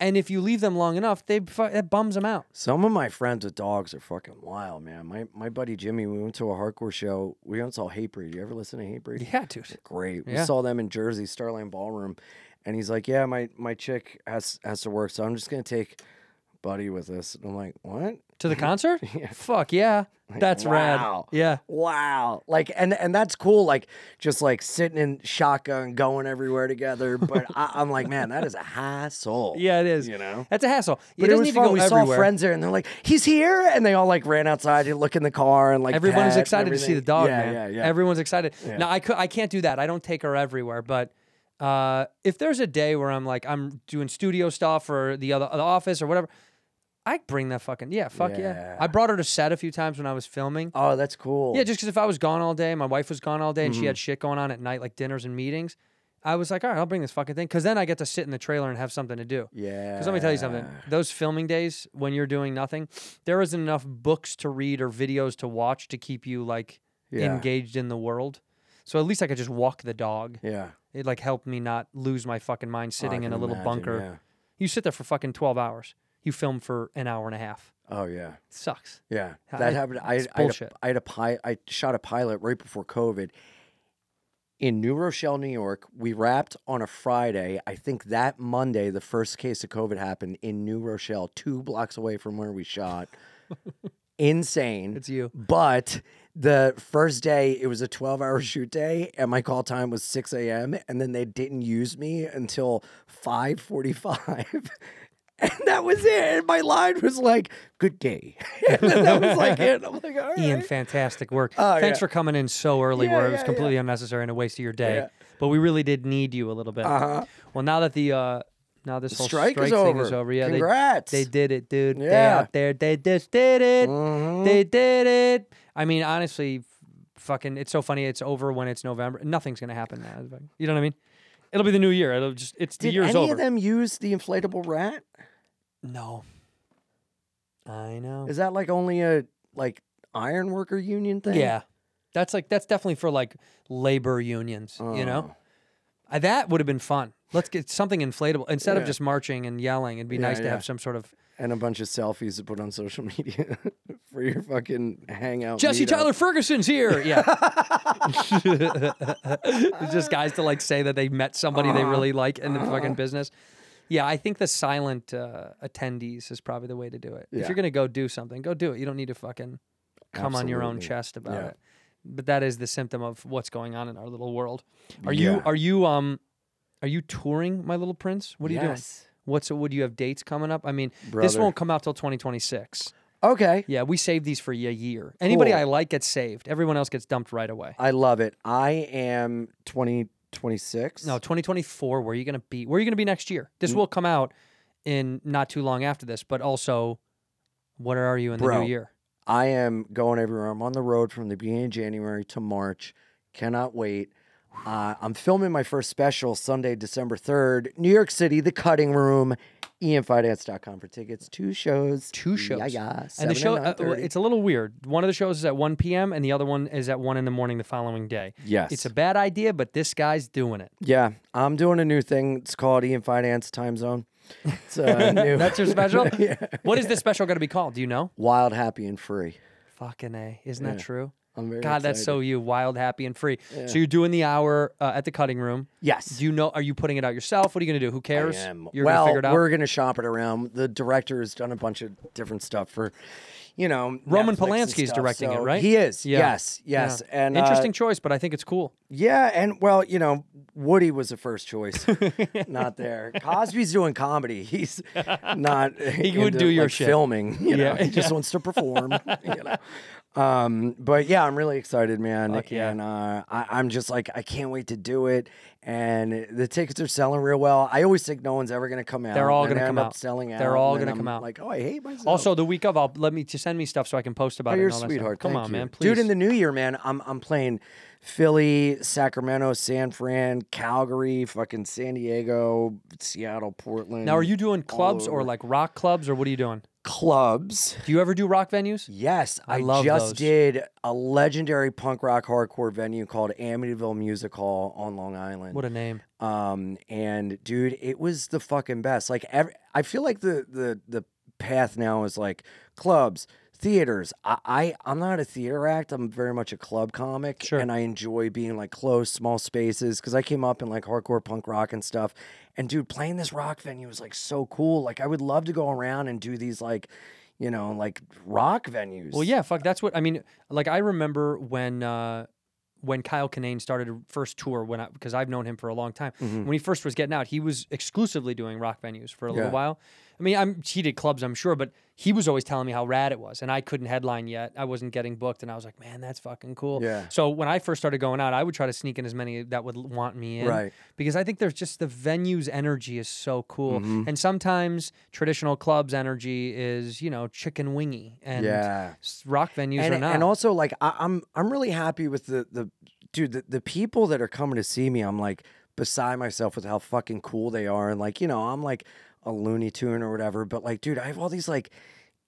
S1: and if you leave them long enough, they fu- that bums them out.
S9: Some of my friends with dogs are fucking wild, man. My my buddy Jimmy, we went to a hardcore show. We went and saw Hatebreed. You ever listen to Hatebreed?
S1: Yeah, dude.
S9: great.
S1: Yeah.
S9: We saw them in Jersey, Starland Ballroom, and he's like, "Yeah, my my chick has has to work, so I'm just gonna take Buddy with us." And I'm like, "What?
S1: To the concert? Fuck yeah, that's rad.
S9: wow.
S1: Yeah,
S9: Wow!" Like, and and that's cool. Like, just like sitting in shotgun, going everywhere together. But I, I'm like, man, that is a high soul.
S1: yeah, it is.
S9: You know.
S1: that's a hassle.
S9: But
S1: it
S9: it
S1: doesn't
S9: was
S1: need
S9: fun.
S1: to go
S9: we
S1: everywhere.
S9: saw friends there, and they're like, "He's here!" And they all like ran outside and look in the car, and like
S1: Everyone's
S9: pat and
S1: excited to see the
S9: everything.
S1: dog,
S9: Yeah,
S1: man.
S9: yeah, yeah.
S1: Everyone's excited. Now I could, I can't do that. I don't take her everywhere, but uh, if there's a day where I'm like I'm doing studio stuff or the other the office or whatever, I bring that fucking yeah, fuck yeah.
S9: Yeah.
S1: I brought her to set a few times when I was filming.
S9: oh, that's cool.
S1: Yeah, just because if I was gone all day, my wife was gone all day, and
S9: Mm-hmm.
S1: she had shit going on at night, like dinners and meetings. I was like, all right, I'll bring this fucking thing, because then I get to sit in the trailer and have something to do.
S9: yeah.
S1: Because let me tell you something.
S9: Uh.
S1: Those filming days when you're doing nothing, there isn't enough books to read or videos to watch to keep you like
S9: Yeah.
S1: engaged in the world. So at least I could just walk the dog.
S9: Yeah.
S1: It like helped me not lose my fucking mind sitting in
S9: Oh,
S1: a
S9: can
S1: little
S9: imagine,
S1: bunker.
S9: yeah.
S1: You sit there for fucking 12 hours. You film for an hour and a half.
S9: Oh yeah.
S1: It sucks.
S9: Yeah,
S1: I-
S9: that happened. I,
S1: it's
S9: I, had
S1: bullshit.
S9: a, I had a pi- I shot a pilot right before COVID in New Rochelle, New York. We wrapped on a Friday. I think that Monday, the first case of COVID happened in New Rochelle, two blocks away from where we shot. Insane.
S1: It's you.
S9: But the first day, it was a 12 hour shoot day, and my call time was 6 a.m. And then they didn't use me until 5.45. And that was it. And my line was like, good day. and then that was like it. I'm like, all right.
S1: Ian, fantastic work.
S9: Oh,
S1: Thanks
S9: yeah.
S1: for coming in so early where it
S9: yeah,
S1: was
S9: yeah.
S1: completely unnecessary and a waste of your day.
S9: Yeah.
S1: But we really did need you a little bit.
S9: Uh-huh.
S1: Well, now that the uh now this whole
S9: strike is
S1: thing is
S9: over.
S1: over, yeah, they-
S9: Congrats.
S1: They, did it, dude. They
S9: Yeah. Mm-hmm.
S1: out there, they just did it. They did it. I mean, honestly, f- fucking, it's so funny. It's over when it's November. Nothing's gonna happen now. You know what I mean? It'll be the new year. It'll just it's the
S9: Did
S1: year's
S9: any
S1: over.
S9: of them use the inflatable rat?
S1: no. I know.
S9: Is that like only a like iron worker union thing?
S1: Yeah. That's like that's definitely for like labor unions, you know?
S9: Oh.
S1: Uh, that would have been fun. Let's get something inflatable instead of just marching and yelling. It'd be nice to
S9: yeah.
S1: have some sort of
S9: And a bunch of selfies to put on social media for your fucking hangout.
S1: Jesse
S9: meetup.
S1: Tyler Ferguson's here. Yeah. It's just guys to like say that they met somebody they really like in the fucking business. Yeah, I think the silent uh, attendees is probably the way to do it. If
S9: Yeah.
S1: you're going to go do something, go do it. You don't need to fucking come on your own
S9: Absolutely.
S1: chest about
S9: Yeah.
S1: it. But that is the symptom of what's going on in our little world. Are you
S9: Yeah.
S1: are you um are you touring My Little Prince? What are you
S9: Yes.
S1: doing? What's what do you have dates coming up? I mean, this
S9: Brother.
S1: won't come out till 2026.
S9: Okay.
S1: Yeah, we save these for a year. Anybody
S9: Cool.
S1: I like gets saved. Everyone else gets dumped right away.
S9: I love it. I am 20, 26.
S1: No, 2024. Where are you gonna be? Where are you gonna be next year? This
S9: Mm.
S1: will come out in not too long after this. But also, what are you in the
S9: Bro.
S1: new year?
S9: I am going everywhere. I'm on the road from the beginning of January to March. Cannot wait. Uh, I'm filming my first special Sunday, December 3rd, New York City, The Cutting Room, ianfinance.com for tickets. Two shows.
S1: Two shows.
S9: Yeah, yeah.
S1: And the show, uh, well,
S9: 7:30.
S1: it's a little weird. One of the shows is at 1 p.m. and the other one is at 1 in the morning the following day.
S9: Yes.
S1: It's a bad idea, but this guy's doing it.
S9: yeah, I'm doing a new thing. It's called Ian Finance Time Zone. It's uh, new.
S1: That's your special? What is this special going to be called? Do you know?
S9: Wild, happy, and free.
S1: Fucking A. Isn't that true?
S9: I'm very
S1: God, that's so
S9: excited.
S1: you. Wild, happy, and free. So you're doing the hour uh, at the cutting room.
S9: Yes.
S1: Do you know? Are you putting it out yourself? What are you gonna do? Who cares?
S9: I am.
S1: You're
S9: well,
S1: gonna figure it out.
S9: we're gonna shop it around. The director has done a bunch of different stuff for, you know,
S1: Roman
S9: Netflix and
S1: Polanski's
S9: stuff,
S1: directing it,
S9: so-
S1: right?
S9: He is.
S1: Yeah.
S9: Yes.
S1: Yeah.
S9: Yes. And uh,
S1: interesting choice, but I think it's cool.
S9: yeah, and well, you know, Woody was the first choice. not there. Cosby's doing comedy. He's not. He
S1: would do your shit.
S9: filming. You know,
S1: Yeah.
S9: he just wants to perform. you know. Um, but yeah, I'm really excited, man.
S1: yeah.
S9: And uh, I, I'm just like, I can't wait to do it. And the tickets are selling real well. I always think no one's ever going to come out.
S1: They're all
S9: and
S1: gonna
S9: they
S1: come
S9: end up
S1: out.
S9: Selling out.
S1: They're all
S9: and then
S1: gonna come
S9: I'm
S1: out.
S9: Like, oh, I hate myself.
S1: Also, the week of, I'll let me to send me stuff so I can post about
S9: Oh,
S1: it.
S9: you're
S1: and all that stuff.
S9: sweetheart.
S1: Come
S9: Thank
S1: on,
S9: you.
S1: man, please.
S9: Dude, in the new year, man, I'm I'm playing Philly, Sacramento, San Fran, Calgary, fucking San Diego, Seattle, Portland.
S1: now, are you doing clubs or
S9: over.
S1: like rock clubs or what are you doing?
S9: clubs?
S1: Do you ever do rock venues?
S9: Yes,
S1: I
S9: I,
S1: love
S9: just
S1: those.
S9: did a legendary punk rock hardcore venue called Amityville Music Hall on Long Island.
S1: What a name!
S9: Um, and dude, it was the fucking best. Like every, I feel like the the the path now is like clubs, theaters. I, I I'm not a theater act. I'm very much a club comic,
S1: Sure.
S9: and I enjoy being like close, small spaces. Because I came up in like hardcore punk rock and stuff. And dude, playing this rock venue was like so cool. Like I would love to go around and do these like, you know, like rock venues.
S1: Well, yeah, fuck. That's what I mean. Like I remember when uh, when Kyle Kinane started first tour when I because I've known him for a long time.
S9: Mm-hmm.
S1: When he first was getting out, he was exclusively doing rock venues for a little
S9: Yeah.
S1: while. I mean, I'm he did clubs, I'm sure, but he was always telling me how rad it was, and I couldn't headline yet. I wasn't getting booked, and I was like, man, that's fucking cool.
S9: Yeah.
S1: So when I first started going out, I would try to sneak in as many that would l- want me in,
S9: Right.
S1: Because I think there's just the venue's energy is so cool,
S9: Mm-hmm.
S1: and sometimes traditional clubs' energy is you know chicken wingy and
S9: Yeah.
S1: s- rock venues
S9: and,
S1: or not.
S9: and also like I, I'm I'm really happy with the the dude the, the people that are coming to see me. I'm like beside myself with how fucking cool they are, and like you know I'm like a Looney Tune or whatever. But like, dude, I have all these like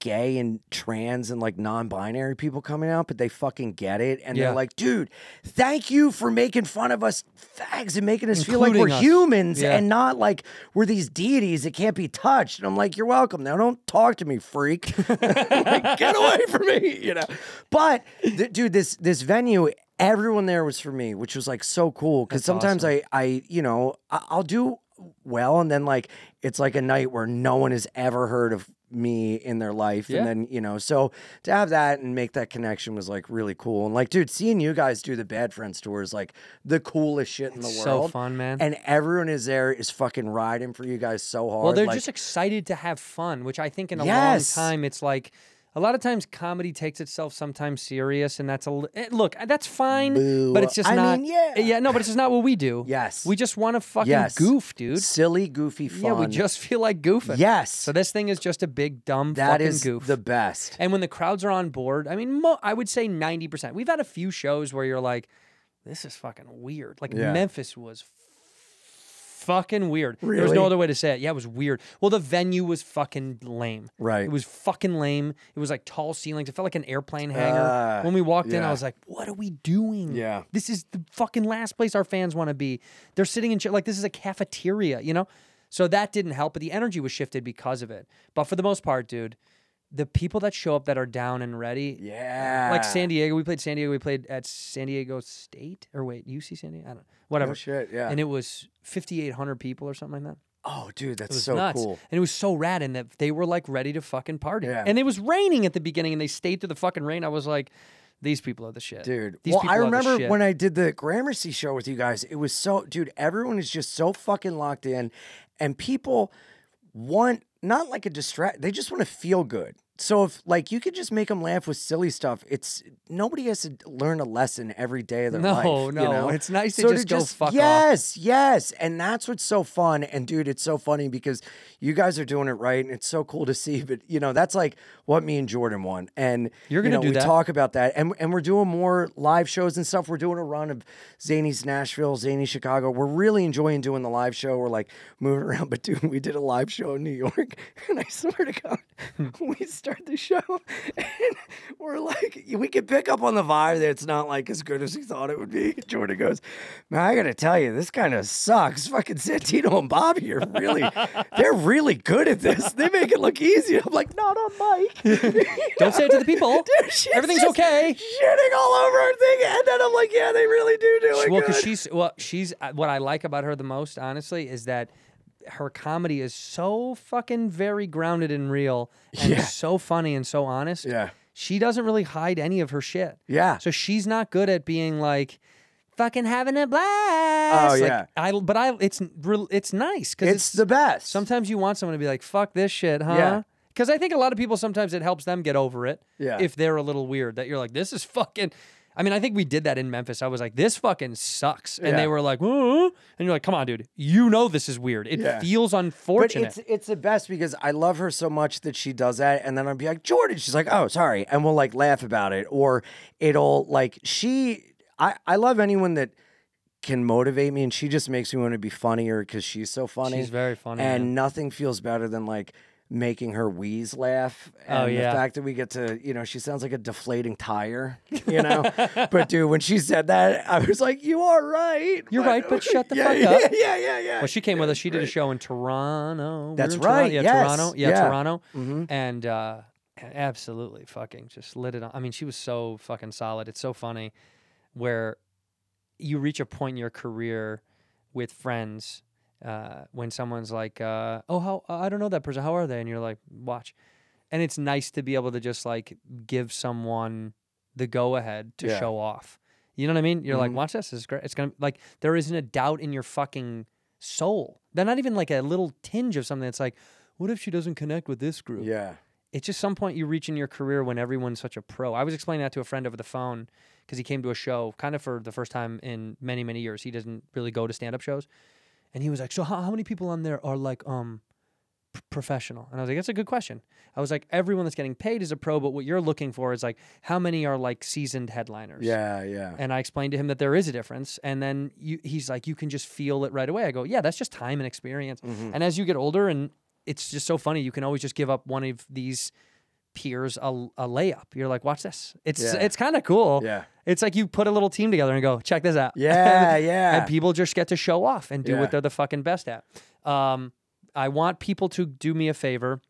S9: gay and trans and like non-binary people coming out, but they fucking get it, and
S1: Yeah.
S9: they're like, dude, thank you for making fun of us fags and making us feel like we're
S1: Including us.
S9: humans
S1: Yeah.
S9: and not like we're these deities that can't be touched. And I'm like, you're welcome. Now don't talk to me, freak. Like, get away from me, you know. But th- dude, this this venue, everyone there was for me, which was like so cool because sometimes I I you know I- I'll do well and then like it's like a night where no one has ever heard of me in their life
S1: Yeah.
S9: and then you know so to have that and make that connection was like really cool and like dude seeing you guys do the bad friends tour is like the coolest shit in the
S1: It's so
S9: world
S1: fun, man.
S9: and everyone is there is fucking riding for you guys so hard
S1: well, they're
S9: like,
S1: just excited to have fun, which I think in a
S9: Yes.
S1: long time it's like a lot of times comedy takes itself sometimes serious, and that's a li- eh, look. That's fine, but
S9: Boo.
S1: it's just
S9: I
S1: not.
S9: mean, yeah.
S1: eh, yeah, no, but it's just not what we do.
S9: Yes.
S1: we just want to fucking
S9: Yes.
S1: goof, dude.
S9: silly goofy fun
S1: Yeah, we just feel like goofing.
S9: Yes.
S1: So this thing is just a big dumb
S9: That
S1: fucking
S9: is
S1: goof.
S9: the best.
S1: And when the crowds are on board, I mean, mo- I would say 90%. We've had a few shows where you're like, this is fucking weird. Like
S9: Yeah.
S1: Memphis was fucking weird. There was no
S9: Really?
S1: other way to say it. Yeah, it was weird. Well, the venue was fucking lame.
S9: Right.
S1: It was fucking lame. It was like tall ceilings. It felt like an airplane hangar.
S9: Ah,
S1: when we walked in, I
S9: yeah.
S1: was like, what are we doing?
S9: Yeah.
S1: This is the fucking last place our fans want to be. They're sitting in chair like this is a cafeteria, you know? So that didn't help, but the energy was shifted because of it. But for the most part, dude, the people that show up that are down and ready.
S9: yeah.
S1: Like San Diego, we played San Diego. We played at San Diego State or wait, UC San Diego. I don't know. Whatever.
S9: shit, yeah.
S1: And it was 5,800 people or something like that.
S9: Oh, dude,
S1: It
S9: that's
S1: was
S9: so
S1: nuts.
S9: cool.
S1: And it was so rad in that they were like ready to fucking party.
S9: Yeah.
S1: And it was raining at the beginning and they stayed through the fucking rain. I was like, these people are the shit.
S9: Dude,
S1: These
S9: well, I
S1: people are the
S9: remember
S1: shit.
S9: when I did the Gramercy show with you guys. It was so, dude, everyone is just so fucking locked in, and people want not like a distract. They just want to feel good. So if like you could just make them laugh with silly stuff, it's nobody has to learn a lesson every day of their
S1: No,
S9: life.
S1: no,
S9: you know?
S1: it's nice to just go fuck off.
S9: yes, yes, and that's what's so fun. And dude, it's so funny because you guys are doing it right, and it's so cool to see. But you know, that's like what me and Jordan want, and
S1: You're
S9: you
S1: gonna
S9: know,
S1: do
S9: we
S1: that.
S9: talk talk about that. And and we're doing more live shows and stuff. We're doing a run of Zany's Nashville, Zany's Chicago. We're really enjoying doing the live show. We're like moving around. But dude, we did a live show in New York. And I swear to God, we start the show, and we're like, we can pick up on the vibe that it's not like as good as he thought it would be. Jordan goes, "Man, I gotta tell you, this kind of sucks. Fucking Santino and Bob here really, they're really good at this. They make it look easy." I'm like, "Not on Mike."
S1: Don't say it to the people.
S9: Dude, she's
S1: Everything's
S9: just
S1: okay.
S9: Shitting all over her thing, and then I'm like, yeah, they really do do it.
S1: well,
S9: good.
S1: because she's well, she's uh, what I like about her the most, honestly, is that her comedy is so fucking very grounded and real, and
S9: Yeah.
S1: so funny and so honest.
S9: Yeah.
S1: she doesn't really hide any of her shit.
S9: Yeah.
S1: so she's not good at being like. Fucking having a blast. Like,
S9: Oh, yeah.
S1: I but I it's real- it's nice because
S9: it's the best.
S1: sometimes you want someone to be like, fuck this shit, huh?
S9: Yeah.
S1: Because I think a lot of people sometimes it helps them get over it.
S9: Yeah.
S1: If they're a little weird, that you're like, this is fucking. I mean, I think we did that in Memphis. I was like, this fucking sucks. And
S9: Yeah.
S1: they were like, "Huh?" and you're like, come on, dude. You know this is weird. It
S9: Yeah.
S1: feels
S9: but
S1: unfortunate.
S9: it's it's the best because I love her so much that she does that, and then I'd be like, Jordan, she's like, oh, sorry, and we'll like laugh about it, or it'll like she. I I love anyone that can motivate me, and she just makes me want to be funnier because she's so funny.
S1: She's very funny,
S9: and nothing feels better than like. Making her wheeze laugh, and
S1: Oh, yeah.
S9: the fact that we get to, you know, she sounds like a deflating tire, you know. but dude, when she said that, I was like, "You are right.
S1: You're right, but shut the
S9: yeah,
S1: fuck up.
S9: Yeah, yeah, yeah, yeah.
S1: well, she came with us. She did a show in Toronto. We were
S9: That's
S1: in Toronto-
S9: right,
S1: Yeah,
S9: yes,
S1: Toronto. Yeah,
S9: yeah. Mm-hmm.
S1: Toronto. And uh, absolutely fucking just lit it on. I mean, she was so fucking solid. It's so funny where you reach a point in your career with friends uh, when someone's like, uh, "Oh, how I don't know that person. How are they?" And you're like, "Watch," and it's nice to be able to just like give someone the go ahead to
S9: Yeah.
S1: show off. You know what I mean? You're
S9: Mm-hmm.
S1: like, "Watch this. This is great. It's gonna like there isn't a doubt in your fucking soul. They're not even like a little tinge of something that's like." What if she doesn't connect with this group?
S9: yeah.
S1: it's just some point you reach in your career when everyone's such a pro. I was explaining that to a friend over the phone because he came to a show kind of for the first time in many, many years. He doesn't really go to stand up shows. And he was like, So, how, how many people on there are like, um, p- professional and i was like that's a good question i was like everyone that's getting paid is a pro but what you're looking for is like how many are like seasoned headliners
S9: Yeah, yeah.
S1: and I explained to him that there is a difference. And then you, he's like, you can just feel it right away. I go, yeah, that's just time and experience.
S9: Mm-hmm.
S1: And as you get older, and it's just so funny, you can always just give up one of these peers a, a layup. You're like, watch this. It's
S9: Yeah.
S1: it's kind of cool.
S9: Yeah.
S1: It's like you put a little team together and go, check this out.
S9: Yeah, yeah.
S1: and people just get to show off and do
S9: Yeah.
S1: what they're the fucking best at. Um, I want people to do me a favor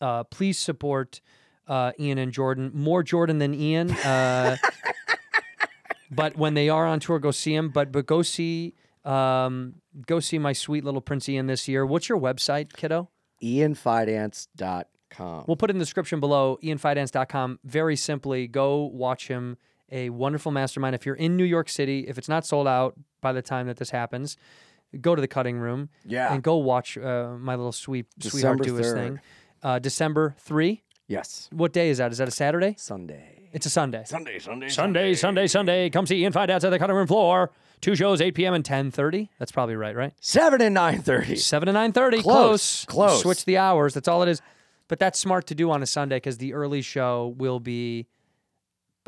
S1: uh, please support uh, Ian and Jordan. More Jordan than Ian. Uh, but when they are on tour, go see him. But but go see um, go see my sweet little Prince Ian this year. What's your website, kiddo?
S9: IanFinance.com.
S1: We'll put it in the description below, ianfidance.com. Very simply, go watch him. A wonderful mastermind. If you're in New York City, if it's not sold out by the time that this happens, go to the cutting room.
S9: Yeah.
S1: And go watch uh, my little sweet sweetheart
S9: December
S1: do his
S9: 3rd.
S1: thing. Uh, December 3.
S9: yes.
S1: What day is that? Is that a Saturday?
S9: Sunday.
S1: It's a Sunday.
S9: Sunday, Sunday.
S1: Sunday, Sunday, Sunday. Come see Ian Five Dads at the cutting room floor. Two shows, 8 p.m. and 10.30. That's probably right, right?
S9: 7 and 9.30.
S1: 7 and 9.30.
S9: Close, close.
S1: Switch the hours. That's all it is. But that's smart to do on a Sunday because the early show will be...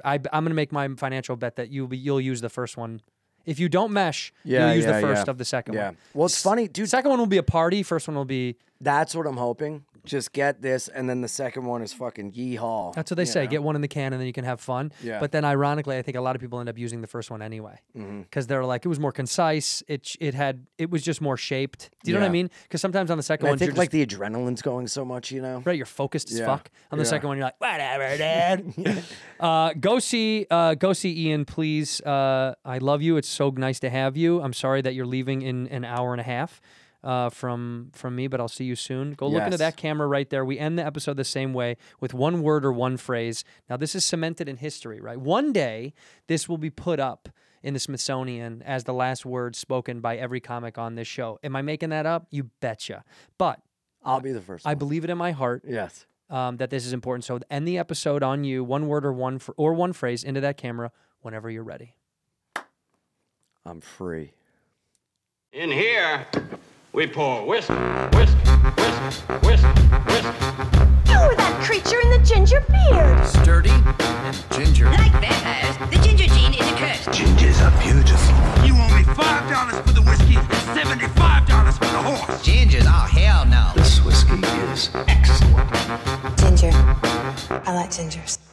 S1: I, I'm going to make my financial bet that you'll, be, you'll use the first one. If you don't mesh,
S9: Yeah,
S1: you'll use the
S9: yeah,
S1: first
S9: yeah.
S1: of the second
S9: Yeah.
S1: one.
S9: Well, it's funny, dude.
S1: Second one will be a party. First one will be...
S9: That's what I'm hoping. Just get this, and then the second one is fucking yeehaw.
S1: That's what they say. Get one in the can and then you can have fun.
S9: Yeah.
S1: But then ironically, I think a lot of people end up using the first one anyway because
S9: Mm-hmm.
S1: they're like, it was more concise. It sh- it had it was just more shaped. Do you know what I
S9: Yeah.
S1: mean? Because sometimes on the second
S9: And I
S1: one, you're
S9: think
S1: like
S9: like the adrenaline's going so much, you know?
S1: right, you're focused as
S9: Yeah.
S1: fuck. On the
S9: Yeah.
S1: second one, you're like, whatever, dad. uh, go see uh, go see Ian, please. Uh, I love you. It's so nice to have you. I'm sorry that you're leaving in an hour and a half. Uh, from from me, but I'll see you soon. Go look into
S9: Yes.
S1: that camera right there. We end the episode the same way with one word or one phrase. Now, this is cemented in history, right? One day, this will be put up in the Smithsonian as the last word spoken by every comic on this show. Am I making that up? You betcha. But
S9: I'll be the first
S1: I
S9: one.
S1: believe it in my heart
S9: yes.
S1: um, that this is important. So end the episode on you, one word or one fr- or one phrase into that camera whenever you're ready.
S9: I'm free.
S2: In here, we pour whisk, whisk, whisk, whisk, whisk.
S3: You were Oh, that creature in the ginger beard.
S4: Sturdy and ginger.
S10: Like vampires, the ginger gene is a curse.
S6: Gingers are beautiful.
S7: You owe me five dollars for the whiskey and seventy-five dollars for the horse.
S4: Gingers, oh hell no.
S6: This whiskey is excellent.
S8: Ginger. like gingers.